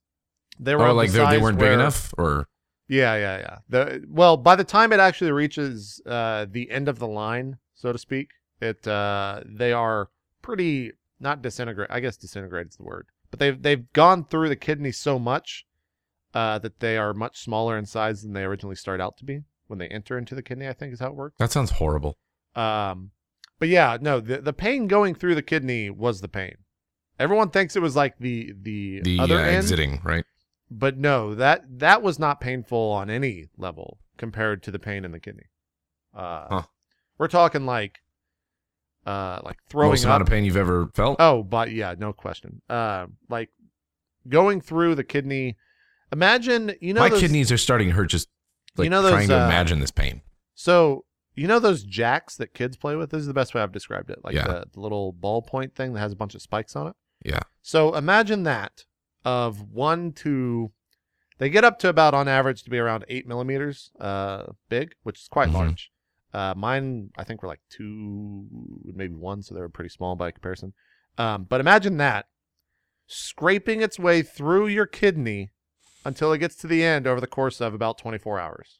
Speaker 2: They were
Speaker 3: Or
Speaker 2: of the
Speaker 3: like they, they
Speaker 2: size
Speaker 3: weren't
Speaker 2: where-
Speaker 3: big enough, or
Speaker 2: Yeah, yeah, yeah. The well, by the time it actually reaches uh, the end of the line, so to speak, it uh, they are pretty not disintegrate. I guess disintegrate is the word, but they've they've gone through the kidney so much uh, that they are much smaller in size than they originally start out to be when they enter into the kidney. I think is how it works.
Speaker 3: that sounds horrible.
Speaker 2: Um, but yeah, no, the the pain going through the kidney was the pain. Everyone thinks it was like the the,
Speaker 3: The
Speaker 2: other
Speaker 3: uh,
Speaker 2: end
Speaker 3: exiting, right?
Speaker 2: but no that that was not painful on any level compared to the pain in the kidney uh
Speaker 3: Huh.
Speaker 2: we're talking like uh like throwing
Speaker 3: Most
Speaker 2: up
Speaker 3: amount of pain you've ever felt.
Speaker 2: oh but yeah no question uh like going through the kidney imagine you know
Speaker 3: My
Speaker 2: those-
Speaker 3: kidneys are starting to hurt just like
Speaker 2: You know those,
Speaker 3: trying to
Speaker 2: uh,
Speaker 3: imagine this pain.
Speaker 2: so you know those jacks that kids play with this is the best way i've described it like
Speaker 3: Yeah.
Speaker 2: the, the little ballpoint thing that has a bunch of spikes on it
Speaker 3: Yeah.
Speaker 2: So imagine that of one to, they get up to about on average to be around eight millimeters uh, big, which is quite
Speaker 3: Mhm.
Speaker 2: large. Uh, mine, I think, were like two, maybe one, so they were pretty small by comparison. Um, but imagine that scraping its way through your kidney until it gets to the end over the course of about 24 hours.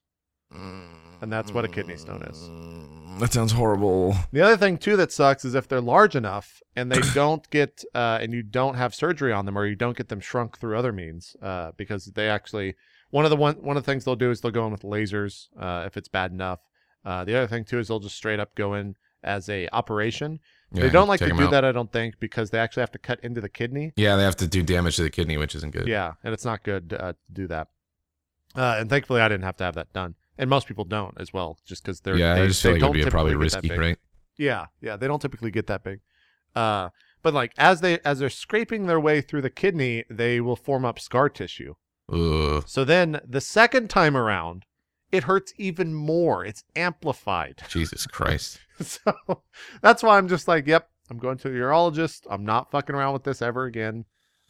Speaker 3: And
Speaker 2: that's what a kidney stone is.
Speaker 3: Mm, That sounds horrible.
Speaker 2: The other thing too that sucks is if they're large enough
Speaker 3: *coughs*
Speaker 2: and they don't get uh, and you don't have surgery on them or you don't get them shrunk through other means uh, because they actually one of the one one of the things they'll do is they'll go in with lasers uh, if it's bad enough. Uh, the other thing too is they'll just straight up go in as a operation.
Speaker 3: Yeah,
Speaker 2: they don't like
Speaker 3: take
Speaker 2: to
Speaker 3: 'em
Speaker 2: do
Speaker 3: out.
Speaker 2: that, I don't think, because they actually have to cut into the kidney.
Speaker 3: Yeah, they have to do damage to the kidney, which isn't good.
Speaker 2: Yeah, and it's not good uh, to do that. Uh, and thankfully, I didn't have to have that done, and most people don't as well, just because they're
Speaker 3: yeah.
Speaker 2: they,
Speaker 3: I just
Speaker 2: they
Speaker 3: feel like it
Speaker 2: don't
Speaker 3: would be
Speaker 2: typically
Speaker 3: probably
Speaker 2: get that
Speaker 3: risky,
Speaker 2: big.
Speaker 3: right?
Speaker 2: Yeah, yeah, they don't typically get that big. Uh, but like as they as they're scraping their way through the kidney, they will form up scar tissue.
Speaker 3: Ugh.
Speaker 2: So then the second time around, it hurts even more. It's amplified. *laughs*
Speaker 3: Jesus Christ.
Speaker 2: so that's why I'm just like, yep, I'm going to a urologist. I'm not fucking around with this ever again.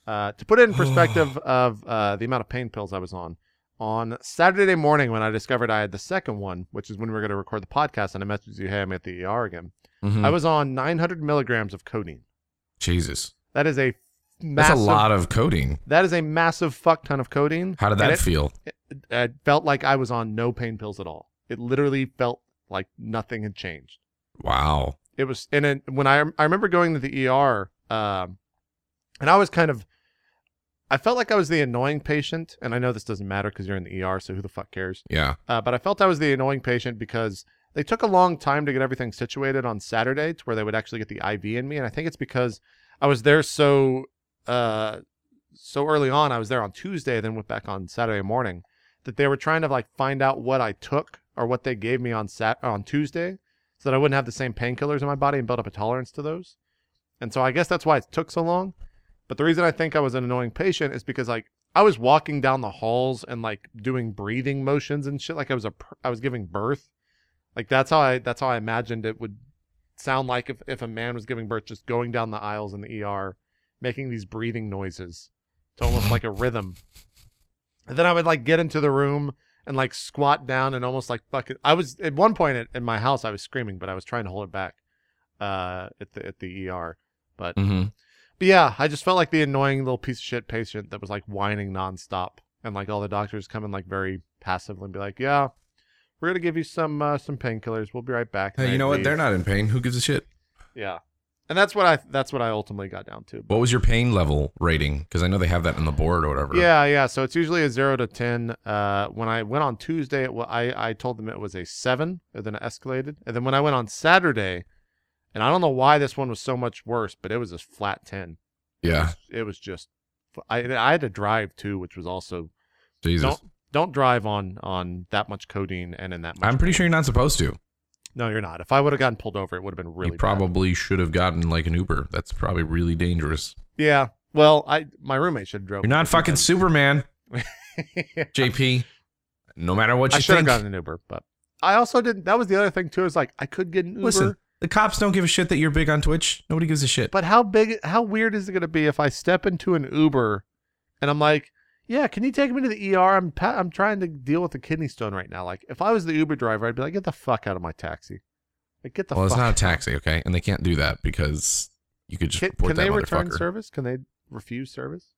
Speaker 2: Uh, to put it in perspective of uh, the amount of pain pills I was on, on Saturday morning when I discovered I had the second one, which is when we were going to record the podcast, and I messaged you, hey, I'm at the ER again.
Speaker 3: Mhm.
Speaker 2: I was on 900 milligrams of codeine.
Speaker 3: Jesus.
Speaker 2: That is a
Speaker 3: That's
Speaker 2: massive.
Speaker 3: a lot of coding.
Speaker 2: That is a massive fuck ton of codeine.
Speaker 3: How did
Speaker 2: And
Speaker 3: that
Speaker 2: it,
Speaker 3: feel?
Speaker 2: it felt like I was on no pain pills at all. It literally felt Like nothing had changed.
Speaker 3: Wow.
Speaker 2: It was, and then when I I remember going to the ER, um, and I was kind of, I felt like I was the annoying patient, and I know this doesn't matter because you're in the ER, so who the fuck cares?
Speaker 3: Yeah.
Speaker 2: Uh, but I felt I was the annoying patient because they took a long time to get everything situated on Saturday to where they would actually get the IV in me, and I think it's because I was there so uh so early on. I was there on Tuesday, then went back on Saturday morning. That they were trying to like find out what I took or what they gave me on Sat on Tuesday, so that I wouldn't have the same painkillers in my body and build up a tolerance to those. And so I guess that's why it took so long. But the reason I think I was an annoying patient is because like I was walking down the halls and like doing breathing motions and shit like I was a pr- I was giving birth. Like that's how I that's how I imagined it would sound like if if a man was giving birth just going down the aisles in the ER making these breathing noises. It's almost like a rhythm. And then I would like get into the room and like squat down and almost like fucking I was at one point at, in my house I was screaming but I was trying to hold it back uh at the at the ER. But
Speaker 3: Mm-hmm.
Speaker 2: but yeah, I just felt like the annoying little piece of shit patient that was like whining nonstop, and like all the doctors come in like very passively and be like, "Yeah, we're gonna give you some uh, some painkillers. We'll be right back." And
Speaker 3: Hey,
Speaker 2: I'd
Speaker 3: you know what? They're
Speaker 2: leave.
Speaker 3: not in pain. Who gives a shit?
Speaker 2: Yeah, and that's what I that's what I ultimately got down to.
Speaker 3: What was your pain level rating? Because I know they have that on the board or whatever.
Speaker 2: Yeah, yeah. So it's usually a zero to ten. Uh, when I went on Tuesday, it, wa- I I told them it was a seven, and then it escalated. And then when I went on Saturday, and I don't know why this one was so much worse, but it was a flat ten.
Speaker 3: Yeah.
Speaker 2: It was just, I I had to drive too, which was also
Speaker 3: Jesus.
Speaker 2: Don't don't drive on on that much codeine and in that much.
Speaker 3: I'm pretty sure you're not supposed to.
Speaker 2: No, you're not. If I would have gotten pulled over, it would have been really
Speaker 3: you
Speaker 2: bad.
Speaker 3: probably should have gotten like an Uber. That's probably really dangerous.
Speaker 2: Yeah. Well, I my roommate should have drove.
Speaker 3: You're
Speaker 2: *laughs*
Speaker 3: not fucking Superman, JP. No matter what
Speaker 2: I
Speaker 3: you
Speaker 2: should have
Speaker 3: think,
Speaker 2: gotten an Uber, but I also didn't. That was the other thing too. Is like I could get an Uber,
Speaker 3: listen. The cops don't give a shit that you're big on Twitch. Nobody gives a shit.
Speaker 2: but how big? How weird is it going to be if I step into an Uber, and I'm like, "Yeah, can you take me to the ER? I'm pa- I'm trying to deal with a kidney stone right now." Like if I was the Uber driver, I'd be like, "Get the fuck out of my taxi!" Like get the
Speaker 3: well,
Speaker 2: fuck.
Speaker 3: it's not a
Speaker 2: *laughs*
Speaker 3: taxi, okay? And they can't do that because you could just
Speaker 2: can
Speaker 3: report
Speaker 2: can
Speaker 3: that
Speaker 2: they return
Speaker 3: motherfucker.
Speaker 2: service? Can they refuse service?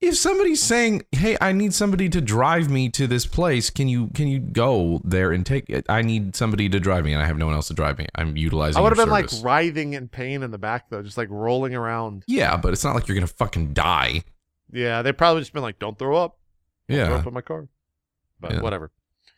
Speaker 3: if somebody's saying, "Hey, I need somebody to drive me to this place. Can you can you go there and take it? I need somebody to drive me, and I have no one else to drive me. I'm utilizing."
Speaker 2: I would have
Speaker 3: your
Speaker 2: been
Speaker 3: service."
Speaker 2: like writhing in pain in the back though, just like rolling around.
Speaker 3: "Yeah, but it's not like you're gonna fucking die."
Speaker 2: Yeah, they probably just been like, "Don't throw up." Don't
Speaker 3: Yeah.
Speaker 2: throw up in my car. But
Speaker 3: Yeah.
Speaker 2: whatever.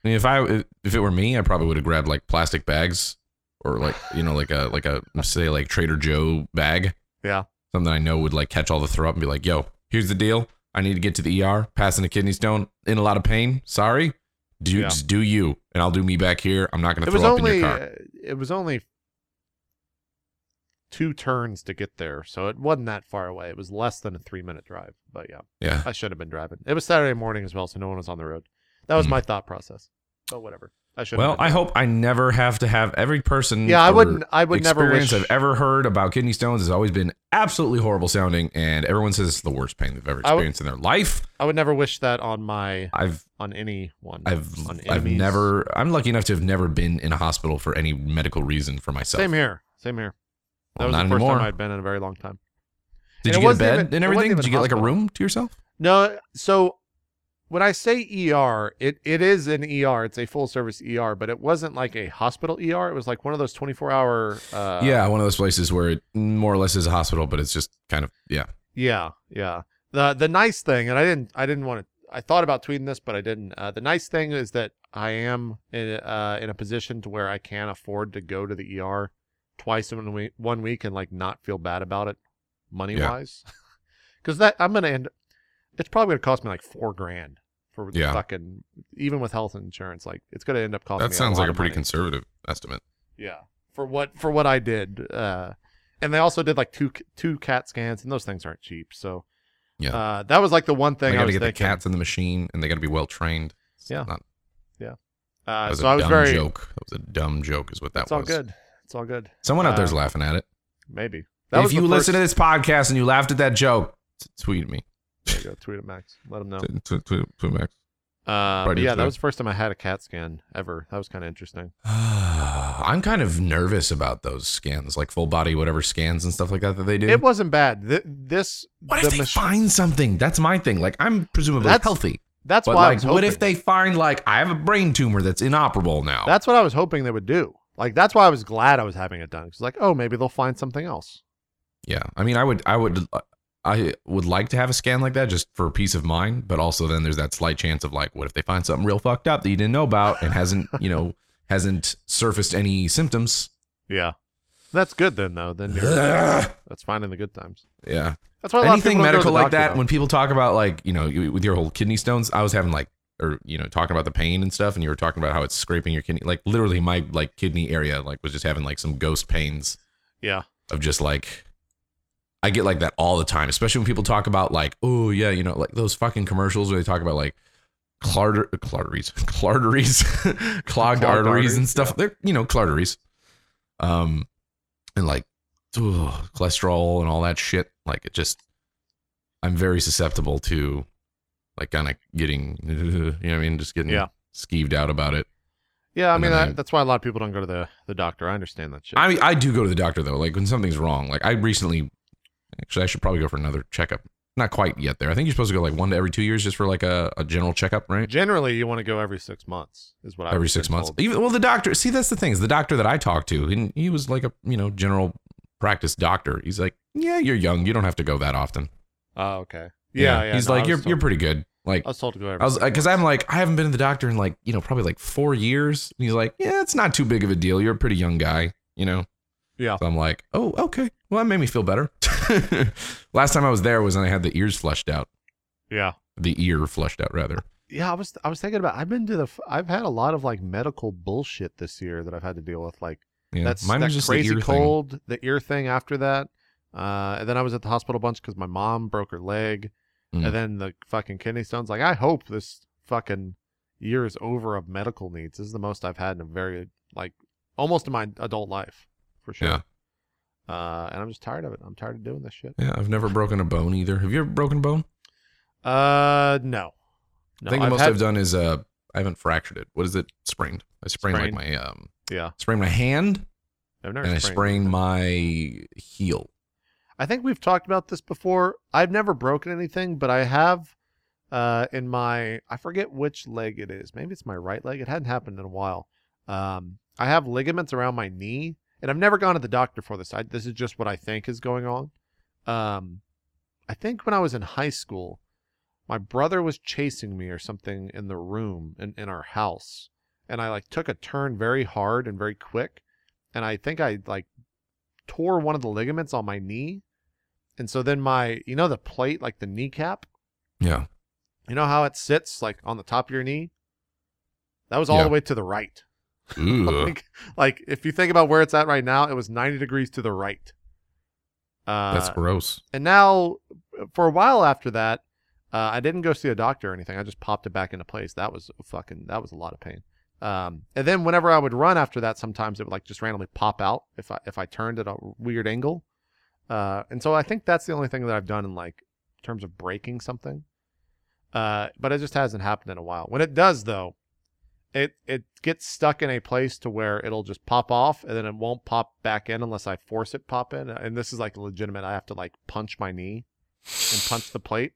Speaker 3: I mean, if I if it were me, I probably would have grabbed like plastic bags or like you know like a like a say like Trader Joe bag.
Speaker 2: Yeah.
Speaker 3: Something I know would like catch all the throw up and be like, "Yo, here's the deal. I need to get to the ER. Passing a kidney stone. In a lot of pain. Sorry. Do
Speaker 2: Yeah.
Speaker 3: just do you, and I'll do me back here. I'm not gonna
Speaker 2: It
Speaker 3: throw
Speaker 2: was
Speaker 3: up in
Speaker 2: only
Speaker 3: your car.
Speaker 2: uh, it was only two turns to get there, so it wasn't that far away. It was less than a three minute drive. But yeah,
Speaker 3: Yeah.
Speaker 2: I should have been driving. It was Saturday morning as well, so no one was on the road. That was
Speaker 3: Mm.
Speaker 2: my thought process. But whatever. I should.
Speaker 3: Well, I hope I never have to have every person.
Speaker 2: Yeah, I
Speaker 3: or
Speaker 2: wouldn't. I would never
Speaker 3: experience
Speaker 2: wish.
Speaker 3: I've ever heard about kidney stones has always been absolutely horrible sounding, and everyone says it's the worst pain they've ever
Speaker 2: I would-
Speaker 3: experienced in their life.
Speaker 2: I would never wish that on my
Speaker 3: I've
Speaker 2: on anyone.
Speaker 3: I've
Speaker 2: on
Speaker 3: I've
Speaker 2: enemies.
Speaker 3: never I'm lucky enough to have never been in a hospital for any medical reason for myself.
Speaker 2: Same here. Same here. That
Speaker 3: Well,
Speaker 2: was
Speaker 3: not
Speaker 2: the first
Speaker 3: anymore.
Speaker 2: time I'd been in a very long time.
Speaker 3: Did
Speaker 2: and it
Speaker 3: you get a
Speaker 2: wasn't
Speaker 3: bed
Speaker 2: even-
Speaker 3: and
Speaker 2: it wasn't
Speaker 3: everything?
Speaker 2: even
Speaker 3: Did you get like a
Speaker 2: hospital.
Speaker 3: room to yourself?
Speaker 2: No, so when I say ER, it, it is an ER. It's a full service ER, but it wasn't like a hospital ER. It was like one of those 24 hour. Uh,
Speaker 3: yeah, one of those places where it more or less is a hospital, but it's just kind of yeah.
Speaker 2: Yeah. Yeah. The, the nice thing, and I didn't, I didn't want to, I thought about tweeting this, but I didn't. Uh, the nice thing is that I am in, uh, in a position to where I can afford to go to the ER twice in one week, one week and like not feel bad about it money wise. *laughs* Cause that I'm going to end, it's probably going to cost me like four grand for the
Speaker 3: Yeah.
Speaker 2: fucking, even with health insurance, like it's going to end up costing
Speaker 3: that
Speaker 2: me
Speaker 3: sounds
Speaker 2: lot
Speaker 3: like a
Speaker 2: of
Speaker 3: pretty
Speaker 2: money.
Speaker 3: conservative estimate.
Speaker 2: yeah. For what, for what I did. Uh, and they also did like two, two CAT scans and those things aren't cheap. So,
Speaker 3: Yeah.
Speaker 2: uh, that was like the one thing
Speaker 3: they got
Speaker 2: I
Speaker 3: to
Speaker 2: was
Speaker 3: get the
Speaker 2: thinking.
Speaker 3: cats in the machine, and they got to be well trained. It's
Speaker 2: Yeah.
Speaker 3: not- that
Speaker 2: Uh,
Speaker 3: was
Speaker 2: so
Speaker 3: a
Speaker 2: I was
Speaker 3: dumb
Speaker 2: very.
Speaker 3: joke. That was a dumb joke, is what that
Speaker 2: it's
Speaker 3: was.
Speaker 2: all good. It's all good.
Speaker 3: Someone out
Speaker 2: Uh,
Speaker 3: there's laughing at it.
Speaker 2: Maybe. That
Speaker 3: if
Speaker 2: was
Speaker 3: you
Speaker 2: the
Speaker 3: listen to
Speaker 2: first-
Speaker 3: this podcast and you laughed at that joke, t- tweet me.
Speaker 2: There you go. Tweet at Max. Let him know.
Speaker 3: T- t- tweet- tweet Max.
Speaker 2: Uh, but
Speaker 3: Probably
Speaker 2: yeah,
Speaker 3: do
Speaker 2: that
Speaker 3: it.
Speaker 2: was the first time I had a CAT scan ever. That was kind of interesting.
Speaker 3: *sighs* I'm kind of nervous about those scans, like full body, whatever scans and stuff like that that they do.
Speaker 2: It wasn't bad. Th- this.
Speaker 3: what
Speaker 2: the
Speaker 3: if they
Speaker 2: mach-
Speaker 3: find something? That's my thing. Like I'm presumably
Speaker 2: That's-
Speaker 3: healthy.
Speaker 2: That's
Speaker 3: But
Speaker 2: why. I
Speaker 3: like,
Speaker 2: was
Speaker 3: what if
Speaker 2: hoping.
Speaker 3: they find like I have a brain tumor that's inoperable now?
Speaker 2: That's what I was hoping they would do. Like that's why I was glad I was having it done. It's like, oh, maybe they'll find something else.
Speaker 3: yeah. I mean, I would, I would, uh, I would like to have a scan like that just for peace of mind. But also, then there's that slight chance of like, what if they find something real fucked up that you didn't know about and hasn't, you know, *laughs* hasn't surfaced any
Speaker 2: *laughs*
Speaker 3: symptoms?
Speaker 2: Yeah, that's good then though. Then you're,
Speaker 3: yeah.
Speaker 2: that's fine in the good times. That's why a lot of
Speaker 3: anything
Speaker 2: people don't go to
Speaker 3: medical
Speaker 2: the
Speaker 3: like
Speaker 2: doctor,
Speaker 3: that
Speaker 2: though.
Speaker 3: when people talk about like you know you- with your whole kidney stones i was having like or you know talking about the pain and stuff and you were talking about how it's scraping your kidney like literally my like kidney area like was just having like some ghost pains
Speaker 2: yeah,
Speaker 3: of just like i get like that all the time especially when people talk about like oh yeah you know like those fucking commercials where they talk about like clarter *laughs* clarteries clarteries clogged,
Speaker 2: Clogged
Speaker 3: arteries, and
Speaker 2: arteries,
Speaker 3: stuff they're you know clarteries um and like ugh, cholesterol and all that shit like it just i'm very susceptible to like kind of getting *laughs* you know what i mean just getting
Speaker 2: Yeah.
Speaker 3: skeeved out about it
Speaker 2: yeah. I
Speaker 3: And
Speaker 2: mean,
Speaker 3: then
Speaker 2: that,
Speaker 3: I-
Speaker 2: that's why a lot of people don't go to the the doctor. I understand that shit.
Speaker 3: I I do go to the doctor though. Like when something's wrong. Like I recently, actually, I should probably go for another checkup. Not quite yet there. I think you're supposed to go like one to every two years just for like a, a general checkup, right?
Speaker 2: Generally, you want to go every six months. Is what I
Speaker 3: every
Speaker 2: was
Speaker 3: six
Speaker 2: been
Speaker 3: months.
Speaker 2: told.
Speaker 3: Even well, the doctor. See, that's the thing is the doctor that I talked to, and he was like a you know general practice doctor. He's like, yeah, you're young. You don't have to go that often.
Speaker 2: Oh, okay. Yeah, yeah.
Speaker 3: He's
Speaker 2: no, I
Speaker 3: like,
Speaker 2: was
Speaker 3: you're
Speaker 2: told-
Speaker 3: you're pretty good. Like
Speaker 2: I was told to go every.
Speaker 3: I was
Speaker 2: six
Speaker 3: because
Speaker 2: months.
Speaker 3: I'm like I haven't been to the doctor in like you know probably like four years. And he's like, yeah, it's not too big of a deal. You're a pretty young guy, you know.
Speaker 2: Yeah.
Speaker 3: So I'm like, oh, okay. Well, that made me feel better. *laughs* Last time I was there was when I had the ears flushed out,
Speaker 2: Yeah,
Speaker 3: the ear flushed out rather.
Speaker 2: yeah. I was I was thinking about. I've been to the. f- I've had a lot of like medical bullshit this year that I've had to deal with. Like.
Speaker 3: Yeah.
Speaker 2: That's
Speaker 3: Mine
Speaker 2: that
Speaker 3: was just the
Speaker 2: crazy
Speaker 3: ear thing.
Speaker 2: cold, the ear thing after that. Uh, and then I was at the hospital a bunch because my mom broke her leg.
Speaker 3: Mm.
Speaker 2: And then the fucking kidney stones. Like, I hope this fucking year is over of medical needs. This is the most I've had in a very, like, almost in my adult life, for sure.
Speaker 3: Yeah.
Speaker 2: Uh, and I'm just tired of it. I'm tired of doing this shit.
Speaker 3: Yeah, I've never broken a bone either. Have you ever broken a bone?
Speaker 2: Uh, no. No,
Speaker 3: I think the
Speaker 2: I've
Speaker 3: most
Speaker 2: had-
Speaker 3: I've done is uh I haven't fractured it. What is it? Sprained. I sprained, like my um
Speaker 2: Yeah.
Speaker 3: sprained my hand
Speaker 2: I've never
Speaker 3: and I
Speaker 2: sprained.
Speaker 3: sprained my heel.
Speaker 2: I think we've talked about this before. I've never broken anything, but I have uh, in my I forget which leg it is. Maybe it's my right leg. It hadn't happened in a while. Um, I have ligaments around my knee, and I've never gone to the doctor for this. I, this is just what I think is going on. Um, I think when I was in high school, my brother was chasing me or something in the room in, in our house, and I like took a turn very hard and very quick, and I think I like tore one of the ligaments on my knee. And so then my, you know, the plate, like the kneecap,
Speaker 3: Yeah.
Speaker 2: you know how it sits like on the top of your knee? That was all
Speaker 3: Yeah.
Speaker 2: the way to the right. *laughs*
Speaker 3: Ooh.
Speaker 2: Like, like, if you think about where it's at right now, it was 90 degrees to the right. Uh,
Speaker 3: That's gross.
Speaker 2: and now, for a while after that, uh, I didn't go see a doctor or anything. I just popped it back into place. That was fucking. That was a lot of pain. Um, and then whenever I would run after that, sometimes it would like just randomly pop out if I if I turned at a weird angle. Uh, and so I think that's the only thing that I've done in like terms of breaking something. Uh, but it just hasn't happened in a while. When it does though, it it gets stuck in a place to where it'll just pop off and then it won't pop back in unless I force it pop in. And this is like legitimate. I have to like punch my knee and punch the plate.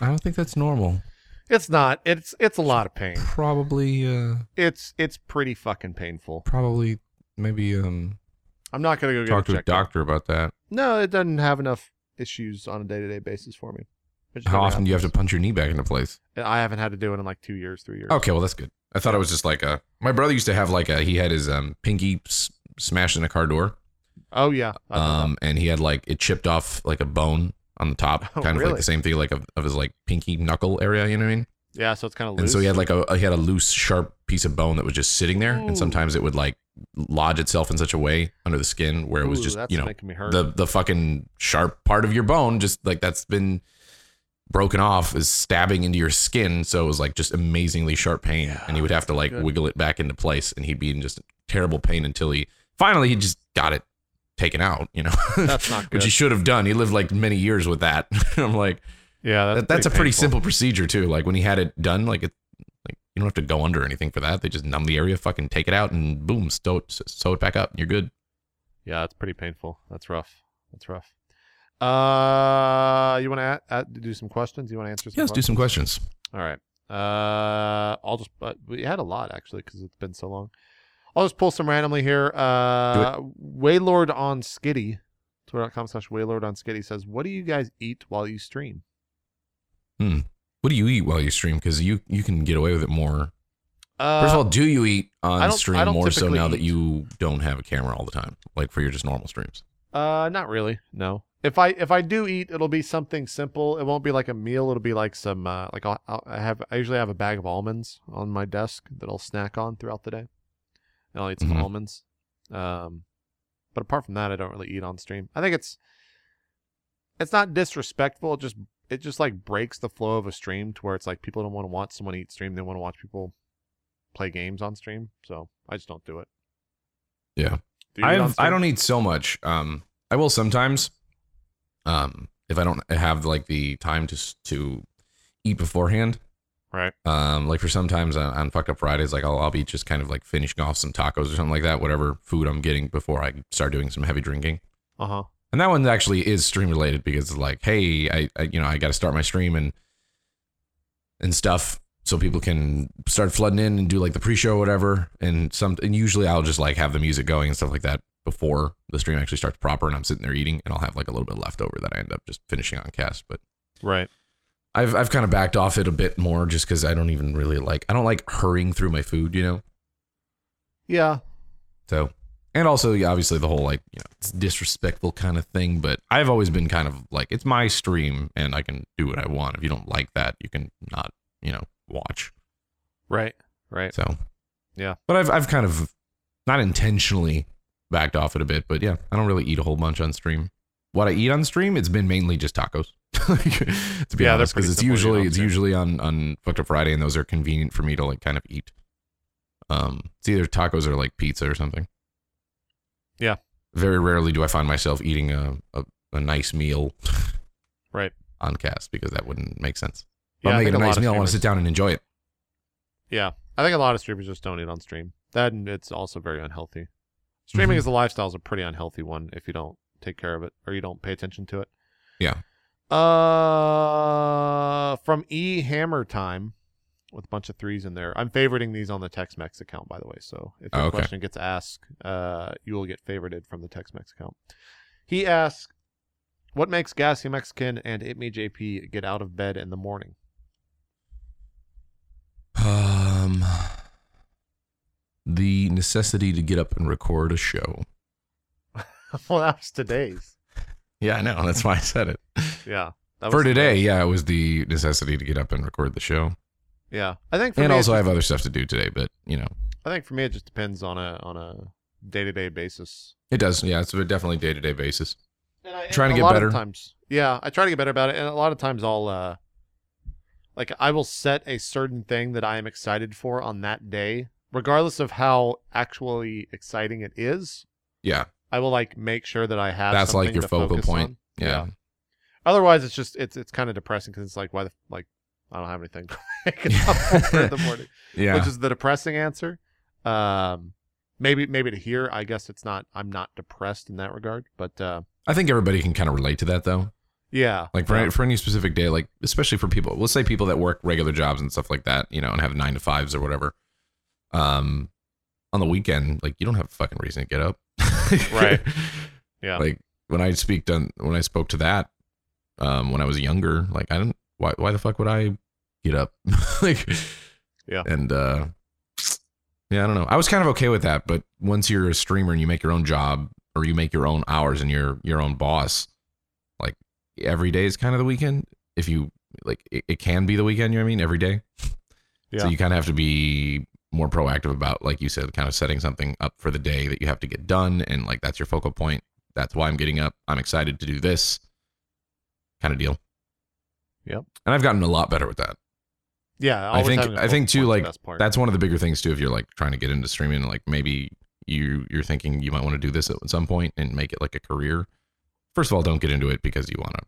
Speaker 3: I don't think that's normal.
Speaker 2: It's not. It's it's a lot of pain.
Speaker 3: Probably uh
Speaker 2: It's it's pretty fucking painful.
Speaker 3: probably maybe um
Speaker 2: I'm not gonna go get
Speaker 3: talk
Speaker 2: it
Speaker 3: to a
Speaker 2: checked
Speaker 3: doctor about that.
Speaker 2: out. No, it doesn't have enough issues on a day to day basis for me. It just
Speaker 3: How
Speaker 2: never
Speaker 3: often do you have to
Speaker 2: happens.
Speaker 3: punch your knee back into place?
Speaker 2: I haven't had to do it in like two years, three years.
Speaker 3: Okay, well that's good. I thought it was just like a my brother used to have like a he had his um pinky s- smashed in a car door.
Speaker 2: Oh yeah. I know that.
Speaker 3: Um and he had like it chipped off like a bone on the top,
Speaker 2: Oh,
Speaker 3: kind of like
Speaker 2: really?
Speaker 3: the same thing like of, of his like pinky knuckle area, you know what I mean?
Speaker 2: yeah. So it's kind of loose.
Speaker 3: And so he had like a he had a loose sharp piece of bone that was just sitting there
Speaker 2: Ooh.
Speaker 3: and sometimes it would like lodge itself in such a way under the skin where it was
Speaker 2: Ooh,
Speaker 3: just,
Speaker 2: that's
Speaker 3: you know,
Speaker 2: making me hurt.
Speaker 3: the the fucking sharp part of your bone just like that's been broken off is stabbing into your skin so it was like just amazingly sharp pain and he would have to like
Speaker 2: Good.
Speaker 3: wiggle it back into place and he'd be in just terrible pain until he finally he just got it taken out you know
Speaker 2: That's
Speaker 3: *laughs*
Speaker 2: not
Speaker 3: which he
Speaker 2: good.
Speaker 3: should have done he lived like many years with that *laughs* i'm like
Speaker 2: yeah. That's,
Speaker 3: that, that's a pretty
Speaker 2: painful.
Speaker 3: simple procedure too like when he had it done like it like you don't have to go under or anything for that they just numb the area fucking take it out and boom sew it, sew it back up you're good
Speaker 2: Yeah, that's pretty painful. That's rough. That's rough. Uh, you want to uh, do some questions? You want to answer some?
Speaker 3: Yeah, let's do
Speaker 2: questions?
Speaker 3: some questions.
Speaker 2: All right. Uh, I'll just but we had a lot actually because it's been so long. I'll just pull some randomly here. Uh, Waylord on Skitty, twitter.com slash Waylord on Skitty says, "What do you guys eat while you stream?"
Speaker 3: What do you eat while you stream? Because you you can get away with it more.
Speaker 2: Uh,
Speaker 3: First of all, do you eat
Speaker 2: I
Speaker 3: on
Speaker 2: don't- I
Speaker 3: stream
Speaker 2: don't
Speaker 3: more so
Speaker 2: typically
Speaker 3: now that
Speaker 2: eat.
Speaker 3: you don't have a camera all the time, like for your just normal streams?
Speaker 2: Uh, not really. No. If I if I do eat, it'll be something simple. It won't be like a meal. It'll be like some uh, like I'll, I'll I have I usually have a bag of almonds on my desk that I'll snack on throughout the day, and I'll eat some
Speaker 3: Mhm.
Speaker 2: almonds. Um, but apart from that, I don't really eat on stream. I think it's it's not disrespectful. It just it just like breaks the flow of a stream to where it's like people don't want to watch someone eat stream. They want to watch people play games on stream. So I just don't do it.
Speaker 3: Yeah.
Speaker 2: Do you eat on
Speaker 3: I've, I
Speaker 2: stream?
Speaker 3: don't eat so much. Um, I will sometimes, um, if I don't have like the time to s- to eat beforehand.
Speaker 2: Right.
Speaker 3: Um, like for sometimes on, on fucked up Fridays, like I'll, I'll be just kind of like finishing off some tacos or something like that, whatever food I'm getting before I start doing some heavy drinking.
Speaker 2: Uh-huh.
Speaker 3: And that one actually is stream related because it's like, hey, I, I you know, I got to start my stream and and stuff so people can start flooding in and do like the pre-show or whatever and some and usually I'll just like have the music going and stuff like that before the stream actually starts proper and I'm sitting there eating and I'll have like a little bit left over that I end up just finishing on cast, but
Speaker 2: Right.
Speaker 3: I've I've kind of backed off it a bit more just cuz I don't even really like I don't like hurrying through my food, you know.
Speaker 2: Yeah.
Speaker 3: So, and also yeah, obviously the whole like you know it's disrespectful kind of thing. But I've always been kind of like it's my stream and I can do what I want. If you don't like that, you can not you know watch.
Speaker 2: Right. Right.
Speaker 3: So
Speaker 2: Yeah.
Speaker 3: but I've I've kind of not intentionally backed off it a bit. But yeah, I don't really eat a whole bunch on stream. What I eat on stream, it's been mainly just tacos. *laughs* to be
Speaker 2: Yeah, they're
Speaker 3: honest,
Speaker 2: pretty
Speaker 3: because it's
Speaker 2: simple to
Speaker 3: usually
Speaker 2: eat on
Speaker 3: it's
Speaker 2: stream.
Speaker 3: usually on on fucked up Friday, and those are convenient for me to like kind of eat. Um, it's either tacos or like pizza or something.
Speaker 2: Yeah.
Speaker 3: Very rarely do I find myself eating a a, a nice meal. *laughs*
Speaker 2: Right.
Speaker 3: On cast because that wouldn't make sense. If
Speaker 2: Yeah,
Speaker 3: I'm
Speaker 2: I
Speaker 3: making a
Speaker 2: think a lot
Speaker 3: nice
Speaker 2: of
Speaker 3: meal. I want to
Speaker 2: streamers-
Speaker 3: sit down and enjoy it.
Speaker 2: Yeah, I think a lot of streamers just don't eat on stream. That and it's also very unhealthy. Streaming
Speaker 3: Mhm.
Speaker 2: as a lifestyle is a pretty unhealthy one if you don't take care of it or you don't pay attention to it.
Speaker 3: Yeah.
Speaker 2: Uh, from E Hammer Time with a bunch of threes in there. I'm favoriting these on the Tex-Mex account, by the way. So if your
Speaker 3: Oh, okay.
Speaker 2: question gets asked, uh, you will get favorited from the Tex-Mex account. He asks, "What makes Gassy Mexican and It Me JP get out of bed in the morning?" *laughs*
Speaker 3: Um, the necessity to get up and record a show.
Speaker 2: well, that was today's.
Speaker 3: *laughs* Yeah, I know. That's why I said it.
Speaker 2: Yeah. *laughs* That
Speaker 3: For
Speaker 2: was
Speaker 3: today, yeah, it was the necessity to get up and record the show.
Speaker 2: Yeah, I think for
Speaker 3: And
Speaker 2: me, it
Speaker 3: also, I
Speaker 2: just-
Speaker 3: have other stuff to do today, but you know,
Speaker 2: I think for me it just depends on a on a day to day basis.
Speaker 3: it does. Yeah, it's a definitely day to day basis.
Speaker 2: And I,
Speaker 3: Trying to
Speaker 2: a
Speaker 3: get
Speaker 2: lot
Speaker 3: better.
Speaker 2: Of times, yeah, I try to get better about it, and a lot of times I'll uh, like I will set a certain thing that I am excited for on that day, regardless of how actually exciting it is.
Speaker 3: Yeah,
Speaker 2: I will like make sure that I have
Speaker 3: That's like
Speaker 2: something
Speaker 3: your
Speaker 2: to
Speaker 3: focal
Speaker 2: focus
Speaker 3: point.
Speaker 2: on.
Speaker 3: yeah,
Speaker 2: Otherwise, it's just it's it's kind of depressing because it's like why the like I don't have anything to *laughs* make it up for in the morning.
Speaker 3: yeah.
Speaker 2: which is the depressing answer. Um, maybe maybe to here, I guess it's not. I'm not depressed in that regard, but uh,
Speaker 3: I think everybody can kind of relate to that, though.
Speaker 2: yeah,
Speaker 3: Like for
Speaker 2: yeah.
Speaker 3: for any specific day, like especially for people, let's say people that work regular jobs and stuff like that, you know, and have nine to fives or whatever. Um, on the weekend, like you don't have a fucking reason to get up, *laughs*
Speaker 2: Right. Yeah.
Speaker 3: Like when I speak done when I spoke to that, um, when I was younger, like I didn't why why the fuck would I get up, *laughs* like,
Speaker 2: Yeah.
Speaker 3: and uh, yeah, I don't know. I was kind of okay with that, but once you're a streamer and you make your own job or you make your own hours and you're your own boss, like every day is kind of the weekend. If you like, it, it can be the weekend. You know what I mean? Every day.
Speaker 2: Yeah.
Speaker 3: So you kind of have to be more proactive about, like you said, kind of setting something up for the day that you have to get done, and like that's your focal point. That's why I'm getting up. I'm excited to do this kind of deal.
Speaker 2: Yep.
Speaker 3: And I've gotten a lot better with that.
Speaker 2: yeah.
Speaker 3: I
Speaker 2: always
Speaker 3: think-
Speaker 2: having a
Speaker 3: I think, too,
Speaker 2: focal point's the
Speaker 3: like,
Speaker 2: best part.
Speaker 3: That's one of the bigger things too. If you're like trying to get into streaming, like maybe you you're thinking you might want to do this at some point and make it like a career. First of all, don't get into it because you want to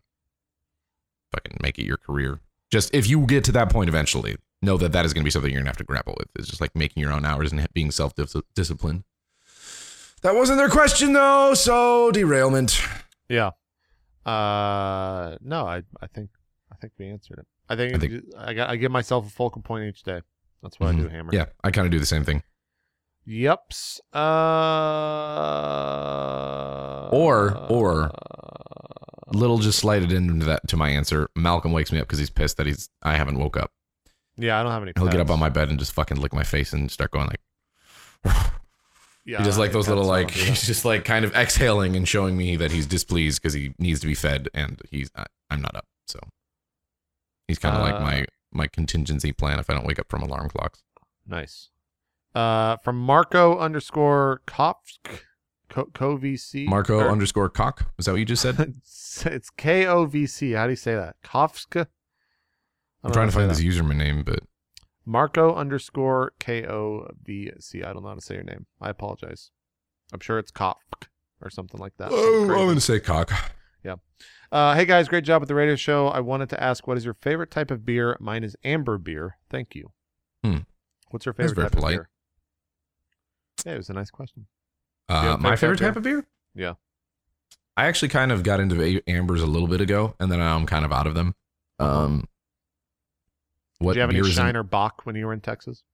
Speaker 3: fucking make it your career. Just if you get to that point eventually, know that that is going to be something you're gonna have to grapple with. It's just like making your own hours and being self disciplined. That wasn't their question though, so derailment.
Speaker 2: yeah. Uh, no, I I think I think we answered it. I think
Speaker 3: I
Speaker 2: I,
Speaker 3: think-
Speaker 2: I got I give myself a focal point each day. That's what I do, Hammer.
Speaker 3: Yeah, I kind of do the same thing.
Speaker 2: Yups. Uh.
Speaker 3: Or- or- Little just slided into that to my answer. Malcolm wakes me up because he's pissed that he's I haven't woke up.
Speaker 2: Yeah, I don't have any.
Speaker 3: He'll get up
Speaker 2: pets.
Speaker 3: on my bed and just fucking lick my face and start going like *laughs*
Speaker 2: Yeah,
Speaker 3: he
Speaker 2: I
Speaker 3: does
Speaker 2: don't
Speaker 3: like
Speaker 2: have
Speaker 3: those
Speaker 2: any
Speaker 3: little like
Speaker 2: pets, so I don't do
Speaker 3: *laughs* he's just like kind of exhaling and showing me that he's displeased because he needs to be fed and he's I, I'm not up. So he's kind of like
Speaker 2: Uh,
Speaker 3: my my contingency plan if I don't wake up from alarm clocks.
Speaker 2: that. nice. Uh, from Marco underscore Kopsk, Co- Covc.
Speaker 3: Marco
Speaker 2: or-
Speaker 3: underscore cock. Is that what you just
Speaker 2: *laughs*
Speaker 3: said?
Speaker 2: it's *laughs* it's K O V C. How do you say that? Kofsk.
Speaker 3: I'm trying to find this username name, but
Speaker 2: Marco underscore K O V C. I don't know how to say your name. I apologize. I'm sure it's Kofk or something like that.
Speaker 3: oh,
Speaker 2: Crazy.
Speaker 3: I'm gonna say cock.
Speaker 2: Uh, hey guys, great job with the radio show. I wanted to ask, what is your favorite type of beer? Mine is amber beer. Thank you.
Speaker 3: Hmm.
Speaker 2: What's your
Speaker 3: That's very
Speaker 2: favorite type
Speaker 3: polite.
Speaker 2: of beer? Yeah, it was a nice question.
Speaker 3: Uh,
Speaker 2: Yeah,
Speaker 3: my favorite
Speaker 2: favorite type
Speaker 3: type of beer?
Speaker 2: Yeah.
Speaker 3: I actually kind of got into a- ambers a little bit ago, and then I'm kind of out of them. Um, what
Speaker 2: Uh-huh. Did you have any
Speaker 3: beers in-
Speaker 2: Shiner Bach when you were in Texas?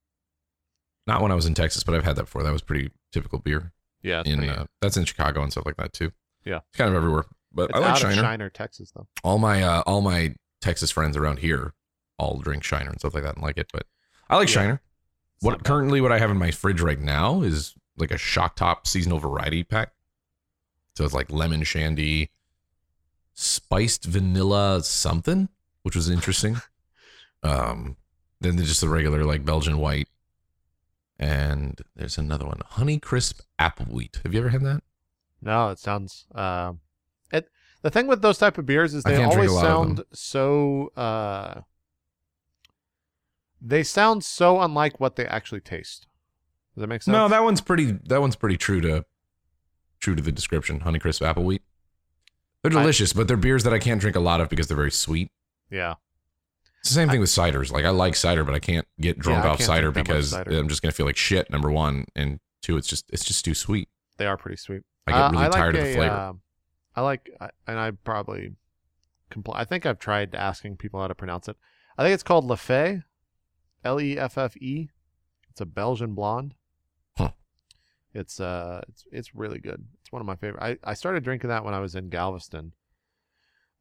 Speaker 3: not when I was in Texas, but I've had that before. That was pretty typical beer.
Speaker 2: Yeah, it's
Speaker 3: in
Speaker 2: pretty-
Speaker 3: uh, that's in Chicago and stuff like that too.
Speaker 2: Yeah.
Speaker 3: it's kind of everywhere. But
Speaker 2: it's
Speaker 3: I like
Speaker 2: out of
Speaker 3: Shiner.
Speaker 2: Shiner, Texas, though.
Speaker 3: All my uh, all my Texas friends around here all drink Shiner and stuff like that and like it. But I like
Speaker 2: Yeah.
Speaker 3: Shiner.
Speaker 2: It's not
Speaker 3: What
Speaker 2: bad.
Speaker 3: currently what I have in my fridge right now is like a shock top seasonal variety pack. So it's like lemon shandy, spiced vanilla something, which was *laughs* interesting. um, then there's just the regular like Belgian white, and there's another one, honey crisp apple wheat. Have you ever had that?
Speaker 2: No, it sounds. Uh, it the thing with those type of beers is
Speaker 3: I
Speaker 2: they
Speaker 3: can't drink
Speaker 2: always
Speaker 3: a lot of them.
Speaker 2: sound so. Uh, they sound so unlike what they actually taste. Does that make sense?
Speaker 3: No, that one's pretty. That one's pretty true to true to the description. Honeycrisp apple wheat. They're
Speaker 2: I-
Speaker 3: delicious, but they're beers that I can't drink a lot of because they're very sweet.
Speaker 2: yeah.
Speaker 3: It's the same thing with ciders. Like I like cider, but I can't get drunk
Speaker 2: I
Speaker 3: off
Speaker 2: can't
Speaker 3: cider
Speaker 2: drink that much
Speaker 3: because
Speaker 2: cider.
Speaker 3: I'm just gonna feel like shit. Number one and two, it's just it's just too sweet.
Speaker 2: They are pretty sweet.
Speaker 3: I get
Speaker 2: Uh,
Speaker 3: really tired of
Speaker 2: like
Speaker 3: the
Speaker 2: a,
Speaker 3: flavor.
Speaker 2: um, I like, I- and I probably, compl- I think I've tried asking people how to pronounce it. I think it's called Leffe, L E F F E. It's a Belgian blonde.
Speaker 3: Huh.
Speaker 2: It's uh, it's it's really good. It's one of my favorite. I I started drinking that when I was in Galveston.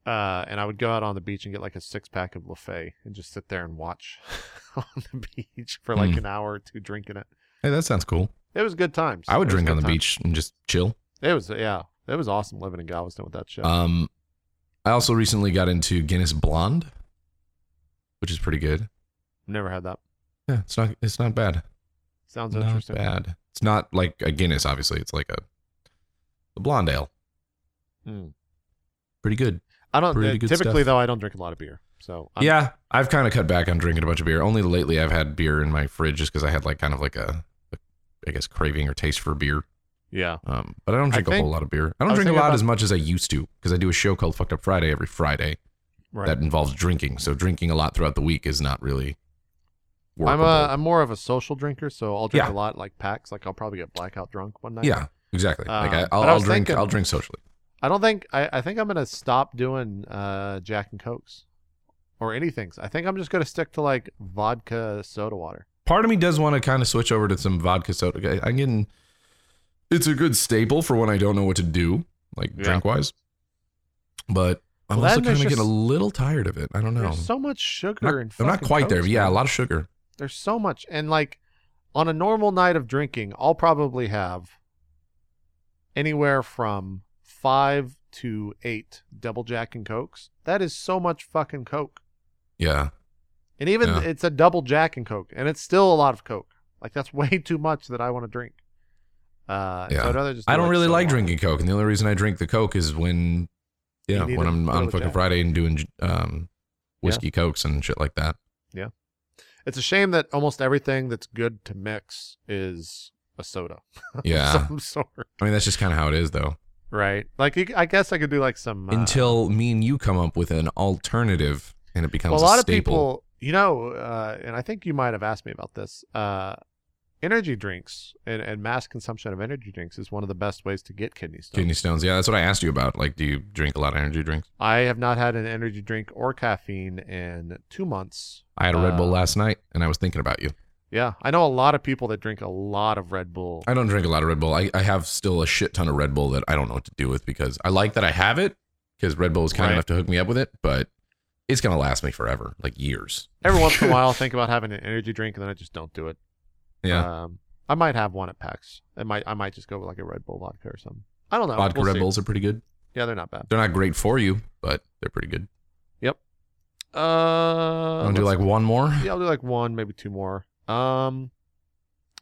Speaker 2: Uh, and I would go out on the beach and get like a six pack of Lafay and just sit there and watch *laughs* on the beach for like
Speaker 3: Hmm.
Speaker 2: an hour or two drinking it.
Speaker 3: hey, that sounds cool.
Speaker 2: It was good times.
Speaker 3: I would
Speaker 2: It was
Speaker 3: drink
Speaker 2: good
Speaker 3: on the
Speaker 2: times.
Speaker 3: beach and just chill.
Speaker 2: It was yeah. It was awesome living in Galveston with that show.
Speaker 3: Um, I also recently got into Guinness Blonde, which is pretty good.
Speaker 2: Never had that.
Speaker 3: Yeah, it's not it's not bad.
Speaker 2: Sounds
Speaker 3: not
Speaker 2: interesting.
Speaker 3: bad. It's not like a Guinness, obviously. It's like a the blonde ale.
Speaker 2: Hmm.
Speaker 3: Pretty good.
Speaker 2: I don't
Speaker 3: Pretty
Speaker 2: uh,
Speaker 3: good
Speaker 2: typically
Speaker 3: stuff.
Speaker 2: though. I don't drink a lot of beer, so I'm-
Speaker 3: yeah, I've kind of cut back on drinking a bunch of beer. Only lately, I've had beer in my fridge just because I had like kind of like a, a, I guess, craving or taste for beer.
Speaker 2: yeah.
Speaker 3: Um, but I don't
Speaker 2: I
Speaker 3: drink a
Speaker 2: think-
Speaker 3: whole lot of beer. I
Speaker 2: I
Speaker 3: don't
Speaker 2: was
Speaker 3: drink a
Speaker 2: thinking
Speaker 3: lot
Speaker 2: about-
Speaker 3: as much as I used to because I do a show called Fucked Up Friday every Friday
Speaker 2: Right.
Speaker 3: that involves drinking. So drinking a lot throughout the week is not really.
Speaker 2: I'm
Speaker 3: Workable.
Speaker 2: a I'm uh, more of a social drinker, so I'll drink
Speaker 3: Yeah.
Speaker 2: a lot, like packs. Like I'll probably get blackout drunk one night.
Speaker 3: yeah, exactly. like
Speaker 2: Um,
Speaker 3: I,
Speaker 2: but
Speaker 3: I'll,
Speaker 2: I
Speaker 3: I'll
Speaker 2: was
Speaker 3: drink.
Speaker 2: thinking-
Speaker 3: I'll drink socially.
Speaker 2: I don't think I, I think I'm gonna stop doing uh Jack and Cokes or anything. I think I'm just gonna stick to like vodka soda water.
Speaker 3: part of me does want to kind of switch over to some vodka soda. I- I'm getting it's a good staple for when I don't know what to do, like
Speaker 2: Yeah.
Speaker 3: drink wise. But I'm
Speaker 2: Well,
Speaker 3: also
Speaker 2: then
Speaker 3: kind
Speaker 2: there's
Speaker 3: of getting a
Speaker 2: just-
Speaker 3: little tired of it. I don't know.
Speaker 2: There's so much
Speaker 3: I'm
Speaker 2: sugar and
Speaker 3: not, I'm not quite there, but yeah, a lot of sugar.
Speaker 2: There's so much. And like on a normal night of drinking, I'll probably have anywhere from five to eight double jack and cokes. That is so much fucking coke.
Speaker 3: Yeah,
Speaker 2: And even
Speaker 3: Yeah.
Speaker 2: it's a double jack and coke, and it's still a lot of coke. Like that's *laughs* way too much that I want to drink. Uh,
Speaker 3: Yeah.
Speaker 2: so I'd rather just. do,
Speaker 3: I don't really
Speaker 2: soda
Speaker 3: like
Speaker 2: water.
Speaker 3: drinking Coke, and the only reason I drink the Coke is when,
Speaker 2: You
Speaker 3: yeah,
Speaker 2: need
Speaker 3: when
Speaker 2: to
Speaker 3: I'm
Speaker 2: fill
Speaker 3: on
Speaker 2: it
Speaker 3: fucking
Speaker 2: down.
Speaker 3: Friday and doing um,
Speaker 2: Yeah.
Speaker 3: whiskey cokes and shit like
Speaker 2: *laughs*
Speaker 3: that.
Speaker 2: It's a shame that almost everything that's good to mix is a soda, *laughs*
Speaker 3: Yeah,
Speaker 2: of some sort,
Speaker 3: I mean that's just kind of how it is, though.
Speaker 2: right? Like you, I guess I could do like some uh,
Speaker 3: Until me and you come up with an alternative, and it becomes
Speaker 2: Well, a lot of
Speaker 3: staple.
Speaker 2: people, you know, uh, and I think you might have asked me about this. Uh, energy drinks and, and mass consumption of energy drinks is one of the best ways to get kidney stones.
Speaker 3: Kidney stones. Yeah, that's what I asked you about. Like, do you drink a lot of energy drinks?
Speaker 2: I have not had an energy drink or caffeine in two months.
Speaker 3: I had a Red Bull
Speaker 2: Uh,
Speaker 3: last night, and I was thinking about you.
Speaker 2: Yeah, I know a lot of people that drink a lot of Red Bull.
Speaker 3: I *laughs* don't drink a lot of Red Bull. I, I have still a shit ton of Red Bull that I don't know what to do with because I like that I have it because Red Bull was kind
Speaker 2: Right.
Speaker 3: enough to hook me up with it, but it's gonna last me forever, like years.
Speaker 2: Every once in a while, I think about having an energy drink, and then I just don't do it.
Speaker 3: Yeah,
Speaker 2: Um, I might have one at PAX. I might. I might just go with like a Red Bull vodka or something. I don't know.
Speaker 3: vodka
Speaker 2: We'll
Speaker 3: Red
Speaker 2: see.
Speaker 3: Bulls are pretty good.
Speaker 2: Yeah, they're not bad.
Speaker 3: They're not great for you, but they're pretty good.
Speaker 2: Uh,
Speaker 3: I'll do
Speaker 2: let's-
Speaker 3: like one more.
Speaker 2: yeah, I'll do like one, maybe two more. Um,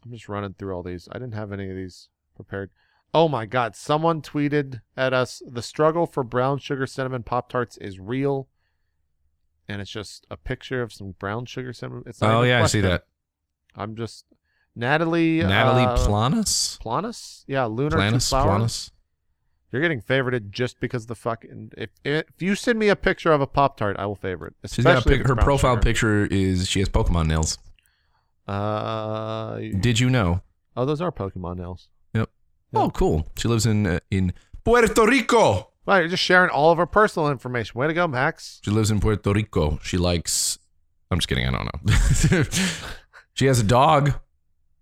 Speaker 2: I'm just running through all these. I didn't have any of these prepared. Oh my God! Someone tweeted at us: the struggle for brown sugar cinnamon pop tarts is real, and it's just a picture of some brown sugar cinnamon. It's not
Speaker 3: Oh
Speaker 2: even
Speaker 3: yeah, I see
Speaker 2: questioned.
Speaker 3: that.
Speaker 2: I'm just Natalie.
Speaker 3: Natalie
Speaker 2: uh,
Speaker 3: Planus.
Speaker 2: Planus. Yeah, Lunar Two
Speaker 3: Planus.
Speaker 2: Flower.
Speaker 3: Planus.
Speaker 2: You're getting favorited just because the fucking if if you send me a picture of a pop tart, I will favorite.
Speaker 3: She's got a
Speaker 2: especially if
Speaker 3: pic-
Speaker 2: it's
Speaker 3: her
Speaker 2: brown
Speaker 3: profile
Speaker 2: sugar.
Speaker 3: picture is she has Pokemon nails.
Speaker 2: Uh,
Speaker 3: Did you know?
Speaker 2: oh, those are Pokemon nails. Yeah.
Speaker 3: Oh, cool. She lives in uh, in Puerto Rico.
Speaker 2: Right, you're just sharing all of our personal information. Way to go, Max.
Speaker 3: She lives in Puerto Rico. She likes. I'm just kidding. I don't know. *laughs* she has a dog.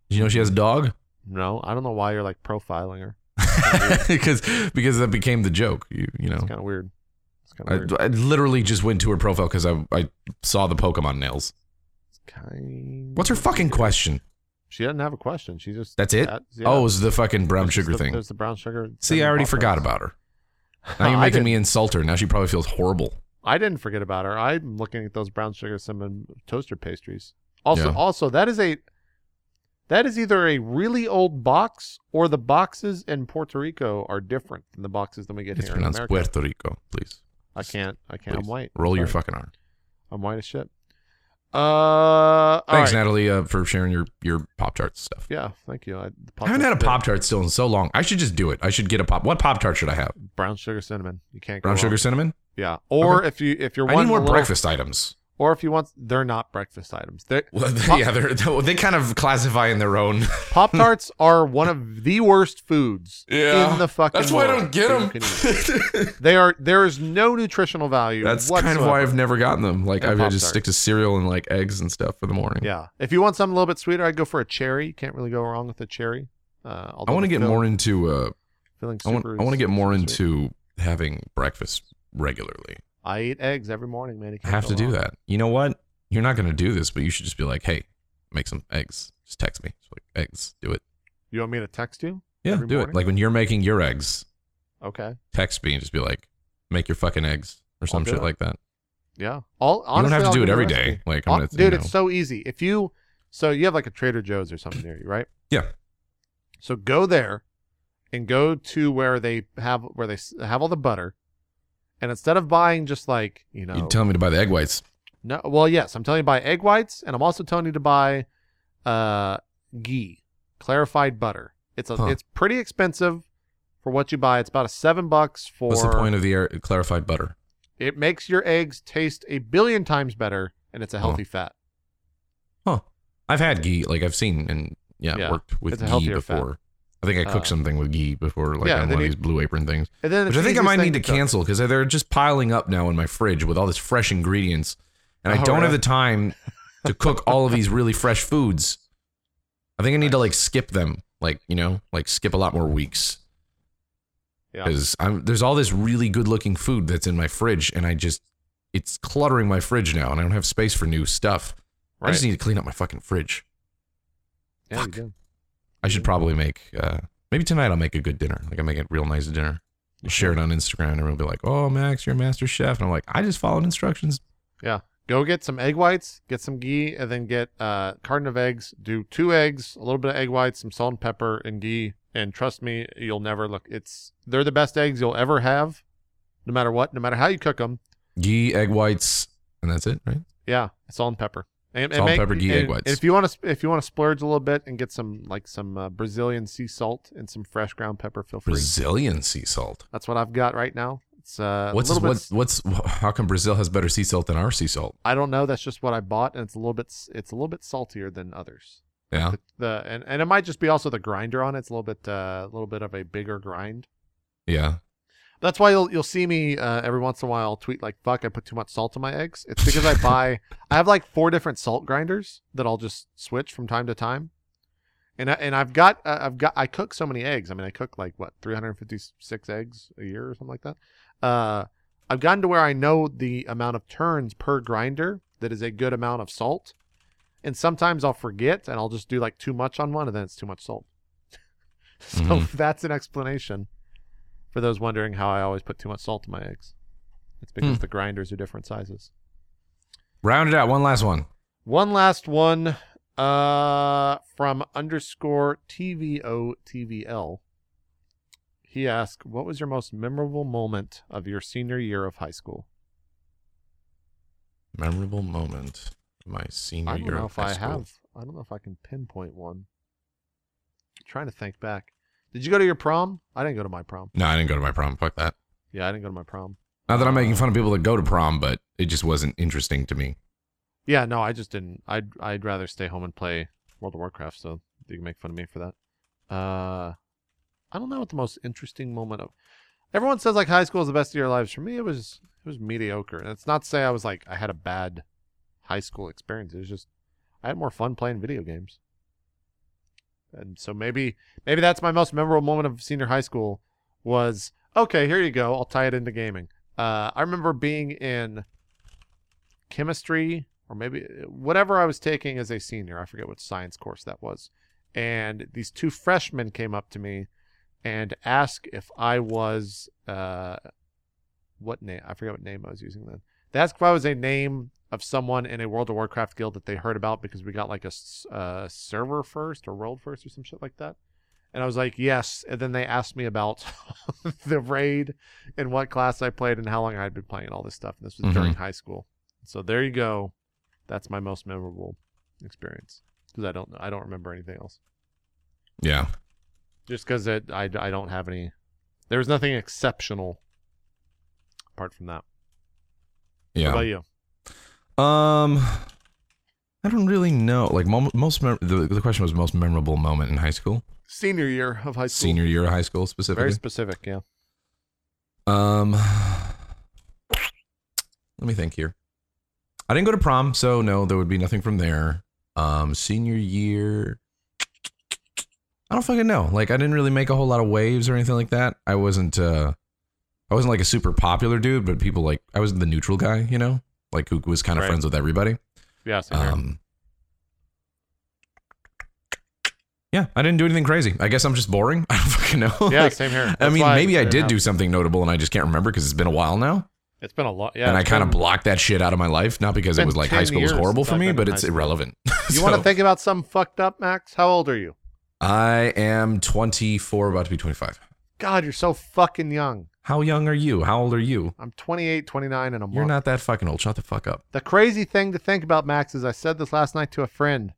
Speaker 3: You know she has a dog
Speaker 2: No, I don't know why you're like profiling her.
Speaker 3: *laughs* because because that became the joke. You you know.
Speaker 2: It's kind of weird. It's kind
Speaker 3: I,
Speaker 2: of weird.
Speaker 3: I literally just went to her profile because I I saw the Pokemon nails.
Speaker 2: It's kind.
Speaker 3: What's her fucking question?
Speaker 2: She doesn't have a question. She just.
Speaker 3: That's it.
Speaker 2: that- yeah.
Speaker 3: Oh, it was the fucking brown
Speaker 2: There's just
Speaker 3: sugar
Speaker 2: the-
Speaker 3: thing.
Speaker 2: There's the brown sugar.
Speaker 3: See, I already forgot about her. Now
Speaker 2: *laughs*
Speaker 3: you're making me insult her. Now she probably feels horrible.
Speaker 2: I didn't forget about her. I'm looking at those brown sugar cinnamon toaster pastries. Also,
Speaker 3: Yeah.
Speaker 2: also that is a that is either a really old box or the boxes in Puerto Rico are different than the boxes that we get
Speaker 3: It's
Speaker 2: here in
Speaker 3: pronounced
Speaker 2: America.
Speaker 3: Puerto Rico. Please,
Speaker 2: I can't. I can't.
Speaker 3: Please.
Speaker 2: I'm white.
Speaker 3: roll your
Speaker 2: Sorry.
Speaker 3: fucking arm.
Speaker 2: I'm white as shit. Uh,
Speaker 3: Thanks,
Speaker 2: all right.
Speaker 3: Natalie, uh, for sharing your your Pop Tart stuff.
Speaker 2: Yeah, thank you. I, the
Speaker 3: I haven't had a
Speaker 2: Pop-Tart's
Speaker 3: Pop Tart still in so long. I should just do it. I should get a Pop. What Pop Tart should I have?
Speaker 2: good. brown sugar cinnamon. You can't go
Speaker 3: Brown
Speaker 2: wrong.
Speaker 3: sugar cinnamon?
Speaker 2: Yeah, or if you if you're
Speaker 3: I need
Speaker 2: wanting
Speaker 3: more
Speaker 2: a little-
Speaker 3: breakfast items.
Speaker 2: or if you want, they're not breakfast items. They're,
Speaker 3: *laughs* Well, yeah, they're, they kind of classify in their
Speaker 2: *laughs*
Speaker 3: own. *laughs*
Speaker 2: Pop Tarts are one of the worst foods in the fucking world that you can eat. They are there is no nutritional value.
Speaker 3: That's
Speaker 2: whatsoever.
Speaker 3: kind of why I've never gotten them. Like
Speaker 2: And
Speaker 3: I would just
Speaker 2: Pop-Tarts.
Speaker 3: stick to cereal and like eggs and stuff for the morning.
Speaker 2: Yeah. If you want something a little bit sweeter, I'd go for a cherry. Can't really go wrong with a cherry. Uh,
Speaker 3: I want to get more into. Uh,
Speaker 2: Feeling
Speaker 3: I want.
Speaker 2: super
Speaker 3: I want to get more
Speaker 2: sweet.
Speaker 3: into having breakfast regularly.
Speaker 2: I eat eggs every morning, man. You
Speaker 3: I
Speaker 2: can't
Speaker 3: have
Speaker 2: go
Speaker 3: to do
Speaker 2: wrong.
Speaker 3: that. You know what? You're not going to do this, but you should just be like, "Hey, make some eggs. Just text me. Just like eggs. Do it.
Speaker 2: You want me to text you?
Speaker 3: Yeah,
Speaker 2: Every
Speaker 3: do
Speaker 2: morning?
Speaker 3: it. Like when you're making your eggs,
Speaker 2: Okay.
Speaker 3: text me and just be like, "Make your fucking eggs." Or some
Speaker 2: do
Speaker 3: shit
Speaker 2: it.
Speaker 3: like that.
Speaker 2: Yeah. All honestly,
Speaker 3: you don't have
Speaker 2: I'll
Speaker 3: to do it
Speaker 2: give you
Speaker 3: every
Speaker 2: the
Speaker 3: day.
Speaker 2: recipe.
Speaker 3: Like,
Speaker 2: Hon-
Speaker 3: I'm gonna,
Speaker 2: dude, it's so easy. If you so you have like a Trader Joe's or something near you, right?
Speaker 3: Yeah.
Speaker 2: So go there, and go to where they have where they s- have all the butter, and instead of buying just like you know
Speaker 3: you tell me to buy the egg whites.
Speaker 2: No, well, yes, I'm telling you to buy egg whites, and I'm also telling you to buy uh, ghee, clarified butter. It's a,
Speaker 3: Huh.
Speaker 2: it's pretty expensive for what you buy. It's about a seven bucks for.
Speaker 3: What's the point of the air, clarified butter?
Speaker 2: It makes your eggs taste a billion times better, and it's a
Speaker 3: Huh.
Speaker 2: healthy fat.
Speaker 3: Huh? I've had ghee. Like I've seen and yeah,
Speaker 2: Yeah,
Speaker 3: worked with
Speaker 2: it's a
Speaker 3: ghee
Speaker 2: healthier fat.
Speaker 3: before. I think I cooked
Speaker 2: Uh,
Speaker 3: something with ghee before, like
Speaker 2: yeah,
Speaker 3: on one
Speaker 2: and then
Speaker 3: of
Speaker 2: you-
Speaker 3: these Blue Apron things.
Speaker 2: And then
Speaker 3: Which
Speaker 2: it's
Speaker 3: I think I
Speaker 2: easiest
Speaker 3: might
Speaker 2: thing
Speaker 3: need to
Speaker 2: cook.
Speaker 3: cancel because they're just piling up now in my fridge with all this fresh ingredients, and I
Speaker 2: Oh,
Speaker 3: don't
Speaker 2: really?
Speaker 3: have the time to cook all of these really fresh foods. I think I need to like skip them, like you know, like skip a lot more weeks
Speaker 2: Yeah.
Speaker 3: because I'm there's all this really good looking food that's in my fridge, and I just it's cluttering my fridge now, and I don't have space for new stuff. I just
Speaker 2: Right.
Speaker 3: need to clean up my fucking fridge.
Speaker 2: Yeah, you
Speaker 3: Fuck.
Speaker 2: do.
Speaker 3: I should probably make uh, maybe tonight I'll make a good dinner. Like I make a real nice dinner. I'll share it on Instagram and everyone will be like, Oh Max, you're a master chef. And I'm like, I just followed instructions.
Speaker 2: Go get some egg whites, get some ghee, and then get uh, carton of eggs. Do two eggs, a little bit of egg whites, some salt and pepper, and ghee. And trust me, you'll never look. It's they're the best eggs you'll ever have, no matter what, no matter how you cook them.
Speaker 3: Ghee, egg whites, and that's it, right?
Speaker 2: Yeah, salt and pepper. And, and
Speaker 3: Salt and pepper, ghee, egg
Speaker 2: and-
Speaker 3: whites.
Speaker 2: and if you want to, if you want to splurge a little bit and get some like some uh, Brazilian sea salt and some fresh ground pepper, feel free.
Speaker 3: Brazilian sea salt.
Speaker 2: That's what I've got right now. It's uh,
Speaker 3: What's
Speaker 2: a little bit.
Speaker 3: what's what's how come Brazil has better sea salt than our sea salt?
Speaker 2: I don't know. That's just what I bought, and it's a little bit. s- It's a little bit saltier than others.
Speaker 3: Yeah. *laughs*
Speaker 2: The, the and, and it might just be also the grinder on it. It's a little bit uh, a little bit of a bigger grind.
Speaker 3: Yeah.
Speaker 2: That's why you'll you'll see me uh, every once in a while tweet like fuck I put too much salt in my eggs. It's because I buy I have like four different salt grinders that I'll just switch from time to time. And I, and I've got uh, I've got I cook so many eggs. I mean I cook like what 356 eggs a year or something like that. Uh I've gotten to where I know the amount of turns per grinder that is a good amount of salt. And sometimes I'll forget and I'll just do like too much on one and then it's too much salt. *laughs* so
Speaker 3: Mhm.
Speaker 2: that's an explanation for those wondering how I always put too much salt in my eggs. It's because the grinders are different sizes.
Speaker 3: Round it out. One last one.
Speaker 2: One last one uh, from underscore TVOTVL. He asked, What was your most memorable moment of your senior year of high school?
Speaker 3: Memorable moment. of My senior
Speaker 2: I
Speaker 3: year.
Speaker 2: don't know
Speaker 3: of
Speaker 2: if
Speaker 3: high
Speaker 2: I
Speaker 3: school.
Speaker 2: have. I don't know if I can pinpoint one. I'm trying to think back. Did you go to your prom? I didn't go to my prom.
Speaker 3: No, I didn't go to my prom. Fuck that.
Speaker 2: Yeah, I didn't go to my prom.
Speaker 3: Not that I'm making
Speaker 2: Uh,
Speaker 3: fun of people that go to prom, but it just wasn't interesting to me.
Speaker 2: Yeah, no, I just didn't. I'd I'd rather stay home and play World of Warcraft. So you can make fun of me for that. Uh, I don't know what the most interesting moment of. Everyone says like high school is the best of your lives. For me, it was it was mediocre, and it's not to say I was like I had a bad high school experience. It was just I had more fun playing video games. And so maybe maybe that's my most memorable moment of senior high school was okay. Here you go. I'll tie it into gaming. Uh, I remember being in chemistry or maybe whatever I was taking as a senior. I forget what science course that was. And these two freshmen came up to me and asked if I was uh, what name? I forget what name I was using then. They asked if I was a name of someone in a World of Warcraft guild that they heard about because we got like a s- uh, server first or world first or some shit like that. And I was like, yes. And then they asked me about *laughs* the raid and what class I played and how long I had been playing and all this stuff. And this was during high school. So there you go. That's my most memorable experience because I don't I don't remember anything else.
Speaker 3: Yeah.
Speaker 2: Just because I I don't have any. There was nothing exceptional apart from that. What
Speaker 3: Yeah.
Speaker 2: about you?
Speaker 3: Um, I don't really know. Like mom, most mem- the the question was most memorable moment in high school,
Speaker 2: Senior year of high school.
Speaker 3: senior year of high school specifically.
Speaker 2: Very specific. Yeah.
Speaker 3: um, let me think here. I didn't go to prom, so no, there would be nothing from there. Um, senior year. I don't fucking know. Like I didn't really make a whole lot of waves or anything like that. I wasn't uh I wasn't like a super popular dude, but people like I was the neutral guy, you know? Like who was kind of
Speaker 2: Right.
Speaker 3: friends with everybody.
Speaker 2: Yeah. Same here.
Speaker 3: Um, yeah, I didn't do anything crazy. I guess I'm just boring. *laughs* I don't fucking know.
Speaker 2: *laughs* yeah.
Speaker 3: Like,
Speaker 2: same here.
Speaker 3: I
Speaker 2: That's
Speaker 3: mean,
Speaker 2: why
Speaker 3: maybe I
Speaker 2: didn't
Speaker 3: did
Speaker 2: have-
Speaker 3: do something notable and I just can't remember because it's been a while now.
Speaker 2: It's been a lot. Yeah.
Speaker 3: and I
Speaker 2: it's
Speaker 3: kind of
Speaker 2: been-
Speaker 3: blocked that shit out of my life, not because it
Speaker 2: been
Speaker 3: was like high
Speaker 2: 10
Speaker 3: school was
Speaker 2: years
Speaker 3: horrible
Speaker 2: since
Speaker 3: for
Speaker 2: I've
Speaker 3: me,
Speaker 2: been
Speaker 3: but
Speaker 2: in high
Speaker 3: it's
Speaker 2: school.
Speaker 3: irrelevant. *laughs*
Speaker 2: You want to
Speaker 3: So,
Speaker 2: think about something fucked up, Max? How old are you?
Speaker 3: I am 24, about to be 25.
Speaker 2: God, you're so fucking young.
Speaker 3: How young are you? How old are you?
Speaker 2: I'm 28, 29, and I'm
Speaker 3: You're not that fucking old. Shut the fuck up.
Speaker 2: The crazy thing to think about, Max, is I said this last night to a friend.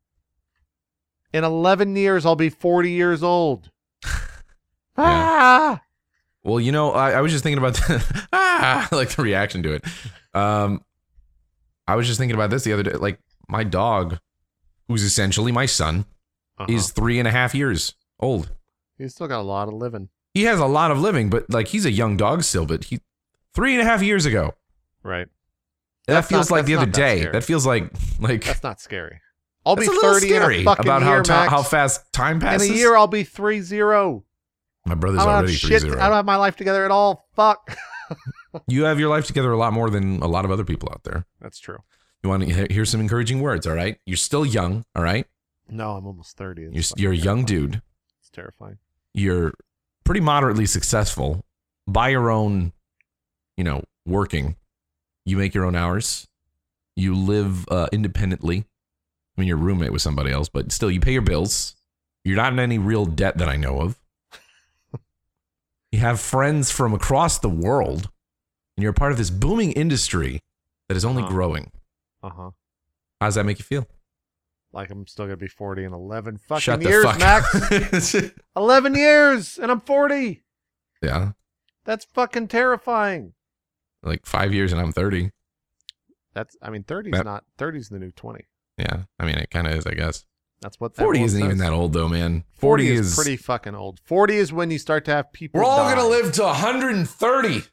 Speaker 2: In 11 years, I'll be 40
Speaker 3: *laughs*
Speaker 2: years old. ah!
Speaker 3: Well, you know, I, I was just thinking about *laughs* the, ah, like the reaction to it. Um, I was just thinking about this the other day. Like my dog, who's essentially my son,
Speaker 2: Uh-huh.
Speaker 3: is three and a half years old.
Speaker 2: He's still got a lot of living.
Speaker 3: He has a lot of living, but like he's a young dog still. But he three and a half years ago.
Speaker 2: Right.
Speaker 3: That
Speaker 2: That's
Speaker 3: feels
Speaker 2: not-
Speaker 3: like the
Speaker 2: that's
Speaker 3: other
Speaker 2: not that
Speaker 3: day.
Speaker 2: scary.
Speaker 3: That feels like *laughs* like
Speaker 2: That's not scary. I'll
Speaker 3: that's a
Speaker 2: be
Speaker 3: little
Speaker 2: 30
Speaker 3: scary
Speaker 2: in a fucking
Speaker 3: about
Speaker 2: year,
Speaker 3: how ti-
Speaker 2: Max.
Speaker 3: how fast time passes.
Speaker 2: in a year, I'll be 3 0.
Speaker 3: my
Speaker 2: I
Speaker 3: brother's
Speaker 2: don't have
Speaker 3: already three
Speaker 2: shit.
Speaker 3: zero.
Speaker 2: I don't have my life together at all. Fuck. *laughs*
Speaker 3: You have your life together a lot more than a lot of other people out there.
Speaker 2: That's true.
Speaker 3: You want to hear some encouraging words, all right? You're still young, all right?
Speaker 2: No, I'm almost 30. It's
Speaker 3: You're,
Speaker 2: fucking
Speaker 3: you're a young
Speaker 2: terrifying.
Speaker 3: dude.
Speaker 2: It's terrifying.
Speaker 3: You're pretty moderately successful by your own, you know, working. You make your own hours. You live uh, independently. I mean, you're a roommate with somebody else, but still, you pay your bills. You're not in any real debt that I know of. you have friends from across the world, and you're a part of this booming industry that is only
Speaker 2: Uh-huh.
Speaker 3: growing.
Speaker 2: Uh huh.
Speaker 3: How does that make you feel?
Speaker 2: Like I'm still going to be 40 in 11 fucking
Speaker 3: Shut the
Speaker 2: years,
Speaker 3: fuck
Speaker 2: Max.
Speaker 3: up. *laughs*
Speaker 2: 11 years, and I'm 40.
Speaker 3: yeah,
Speaker 2: That's fucking terrifying.
Speaker 3: like five years, and I'm thirty.
Speaker 2: That's I mean 30's
Speaker 3: That-
Speaker 2: not 30's the new 20.
Speaker 3: Yeah, I mean, it kind of is, I guess.
Speaker 2: That's what that
Speaker 3: 40
Speaker 2: one
Speaker 3: isn't even
Speaker 2: says.
Speaker 3: that old though, man.
Speaker 2: 40 is, pretty fucking old. 40 is when you start to have people.
Speaker 3: We're all
Speaker 2: die.
Speaker 3: gonna live to 130,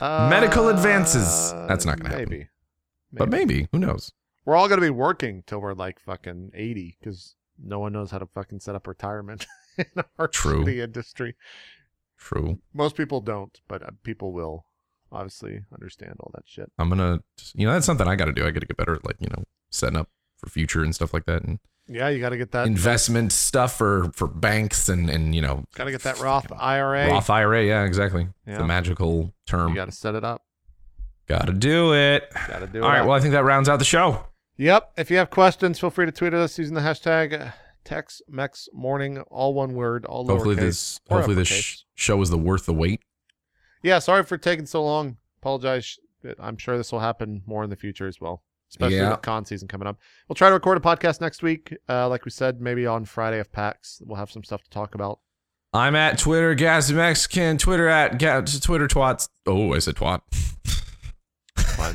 Speaker 2: Uh,
Speaker 3: medical advances. That's not gonna happen.
Speaker 2: maybe.
Speaker 3: *sighs* but maybe who knows?
Speaker 2: We're all going to be working till we're like fucking 80 because no one knows how to fucking set up retirement *laughs* in our
Speaker 3: True.
Speaker 2: shitty industry.
Speaker 3: True.
Speaker 2: Most people don't, but uh, people will obviously understand all that shit.
Speaker 3: I'm gonna, you know, that's something I got to do. I got to get better at like you know setting up for future and stuff like that, and
Speaker 2: Yeah, you got to get that.
Speaker 3: investment stuff for for banks and and you know
Speaker 2: Got to get that Roth IRA.
Speaker 3: Roth IRA. Yeah, exactly.
Speaker 2: Yeah.
Speaker 3: The magical term.
Speaker 2: You got to set it up.
Speaker 3: got to do it.
Speaker 2: Got to do it.
Speaker 3: All right.
Speaker 2: up.
Speaker 3: Well, I think that rounds out the show.
Speaker 2: Yep. If you have questions, feel free to tweet at us using the hashtag TexMex Morning, all one word, all
Speaker 3: hopefully
Speaker 2: lowercase.
Speaker 3: this
Speaker 2: or
Speaker 3: hopefully this
Speaker 2: uppercase.
Speaker 3: sh- show is the worth the wait.
Speaker 2: Yeah, sorry for taking so long. Apologize. I'm sure this will happen more in the future as well, especially
Speaker 3: Yeah.
Speaker 2: with con season coming up. We'll try to record a podcast next week. Uh, like we said, maybe on Friday of PAX, we'll have some stuff to talk about.
Speaker 3: I'm at Twitter, Gas Mexican. Twitter at ga- Twitter twats. Oh, I said twat. *laughs*
Speaker 2: Fine.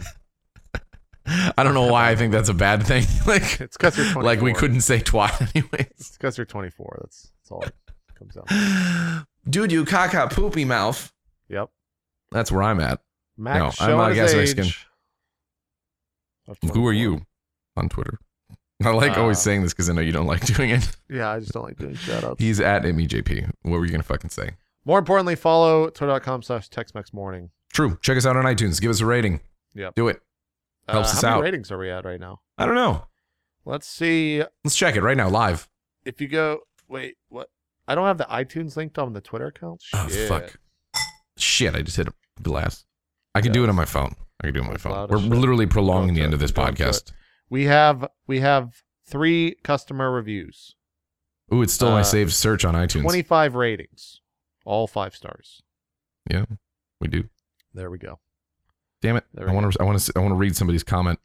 Speaker 3: I don't know why I think that's a bad thing. *laughs* like
Speaker 2: It's 'cause you're 24.
Speaker 3: like we couldn't say twat *laughs* anyways.
Speaker 2: It's because you're 24. That's that's all it comes out.
Speaker 3: Dude, you caca poopy mouth.
Speaker 2: Yep.
Speaker 3: That's where I'm at.
Speaker 2: Max
Speaker 3: No, I'm
Speaker 2: showing
Speaker 3: not a
Speaker 2: his
Speaker 3: gas
Speaker 2: age
Speaker 3: Mexican.
Speaker 2: of
Speaker 3: Who
Speaker 2: 24.
Speaker 3: are you on Twitter? I like always
Speaker 2: Uh,
Speaker 3: saying this because I know you don't like *laughs* doing it.
Speaker 2: Yeah, I just don't
Speaker 3: *laughs*
Speaker 2: like doing shout outs.
Speaker 3: He's at MEJP. What were you gonna fucking say?
Speaker 2: More importantly, follow twitter.com slash texmexmorning.
Speaker 3: True. Check us out on iTunes. Give us a rating.
Speaker 2: Yep.
Speaker 3: Do it. Helps
Speaker 2: Uh, how
Speaker 3: us
Speaker 2: many
Speaker 3: out.
Speaker 2: ratings are we at right now?
Speaker 3: I don't know.
Speaker 2: Let's see
Speaker 3: Let's check it right now, live.
Speaker 2: if you go. Wait, what? I don't have the iTunes linked on the Twitter account.
Speaker 3: Oh
Speaker 2: Shit.
Speaker 3: fuck! Shit! I just hit a glass. I could do it on my phone. I could do it on my
Speaker 2: That's
Speaker 3: phone.
Speaker 2: loud
Speaker 3: We're
Speaker 2: as shit.
Speaker 3: literally prolonging
Speaker 2: Don't
Speaker 3: the
Speaker 2: do
Speaker 3: end
Speaker 2: it.
Speaker 3: of this
Speaker 2: Don't do it.
Speaker 3: podcast.
Speaker 2: We have we have three customer reviews,
Speaker 3: Ooh, it's still my
Speaker 2: Uh,
Speaker 3: saved search on iTunes.
Speaker 2: twenty five ratings, all five stars.
Speaker 3: We do.
Speaker 2: There we go.
Speaker 3: Damn it!
Speaker 2: There
Speaker 3: I
Speaker 2: we
Speaker 3: want to. I want to. I want to read somebody's comment,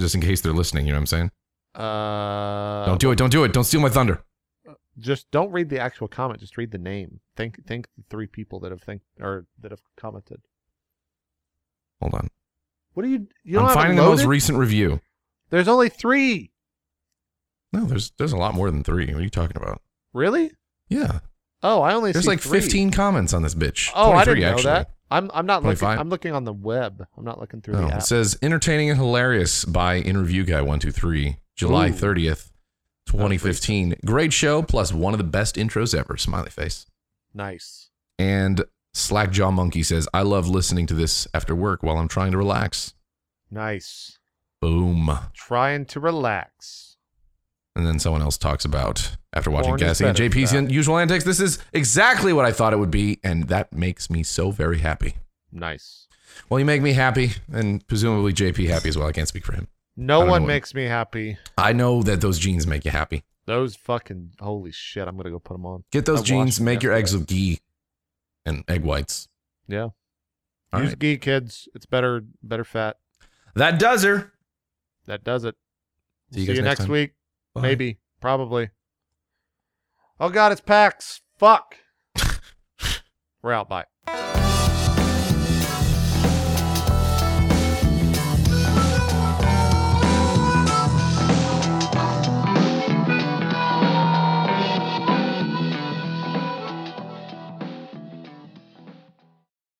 Speaker 3: just in case they're listening. You know what I'm saying?
Speaker 2: Uh,
Speaker 3: don't do it! Don't do it! Don't steal my thunder.
Speaker 2: just don't read the actual comment. Just read the name. Thank thank the three people that have think or that have commented.
Speaker 3: Hold on.
Speaker 2: What are you? You don't
Speaker 3: I'm
Speaker 2: have it
Speaker 3: finding the most
Speaker 2: loaded?
Speaker 3: recent review.
Speaker 2: There's only three.
Speaker 3: No, there's there's a lot more than three. What are you talking about?
Speaker 2: Really?
Speaker 3: Yeah,
Speaker 2: Oh, I only
Speaker 3: there's
Speaker 2: see
Speaker 3: like
Speaker 2: three.
Speaker 3: 15 comments on this bitch.
Speaker 2: Oh, I
Speaker 3: 23,
Speaker 2: didn't know
Speaker 3: actually.
Speaker 2: that. I'm I'm not looking.
Speaker 3: 25.
Speaker 2: I'm looking on the web. I'm not looking through
Speaker 3: Oh,
Speaker 2: the app.
Speaker 3: it says entertaining and hilarious by in review guy one two three July
Speaker 2: Ooh.
Speaker 3: thirtieth, twenty fifteen. Great show plus one of the best intros ever. Smiley face
Speaker 2: nice.
Speaker 3: and Slackjaw Monkey says I love listening to this after work while I'm trying to relax.
Speaker 2: Nice.
Speaker 3: Boom.
Speaker 2: Trying to relax.
Speaker 3: And then someone else talks about after watching
Speaker 2: Born is
Speaker 3: Cassie and
Speaker 2: better for
Speaker 3: JP's
Speaker 2: that.
Speaker 3: usual antics. This is exactly what I thought it would be, and that makes me so very happy.
Speaker 2: Nice.
Speaker 3: Well, you make me happy, and presumably JP happy as well. I can't speak for him. I
Speaker 2: No
Speaker 3: don't know
Speaker 2: one
Speaker 3: what-
Speaker 2: makes me happy.
Speaker 3: I know that those jeans make you happy.
Speaker 2: Those fucking holy shit. I'm gonna go put them on.
Speaker 3: Get
Speaker 2: I
Speaker 3: those
Speaker 2: washed
Speaker 3: jeans,
Speaker 2: them
Speaker 3: make your eggs
Speaker 2: yesterday.
Speaker 3: with ghee and egg whites.
Speaker 2: Yeah.
Speaker 3: All
Speaker 2: Use
Speaker 3: right.
Speaker 2: ghee, kids. It's better. Better fat.
Speaker 3: That does her.
Speaker 2: That does it.
Speaker 3: See you
Speaker 2: See
Speaker 3: guys
Speaker 2: you
Speaker 3: next
Speaker 2: next
Speaker 3: time.
Speaker 2: week.
Speaker 3: Bye.
Speaker 2: Maybe. Probably.
Speaker 3: *laughs*
Speaker 2: Oh God, it's PAX. Fuck. We're out. Bye.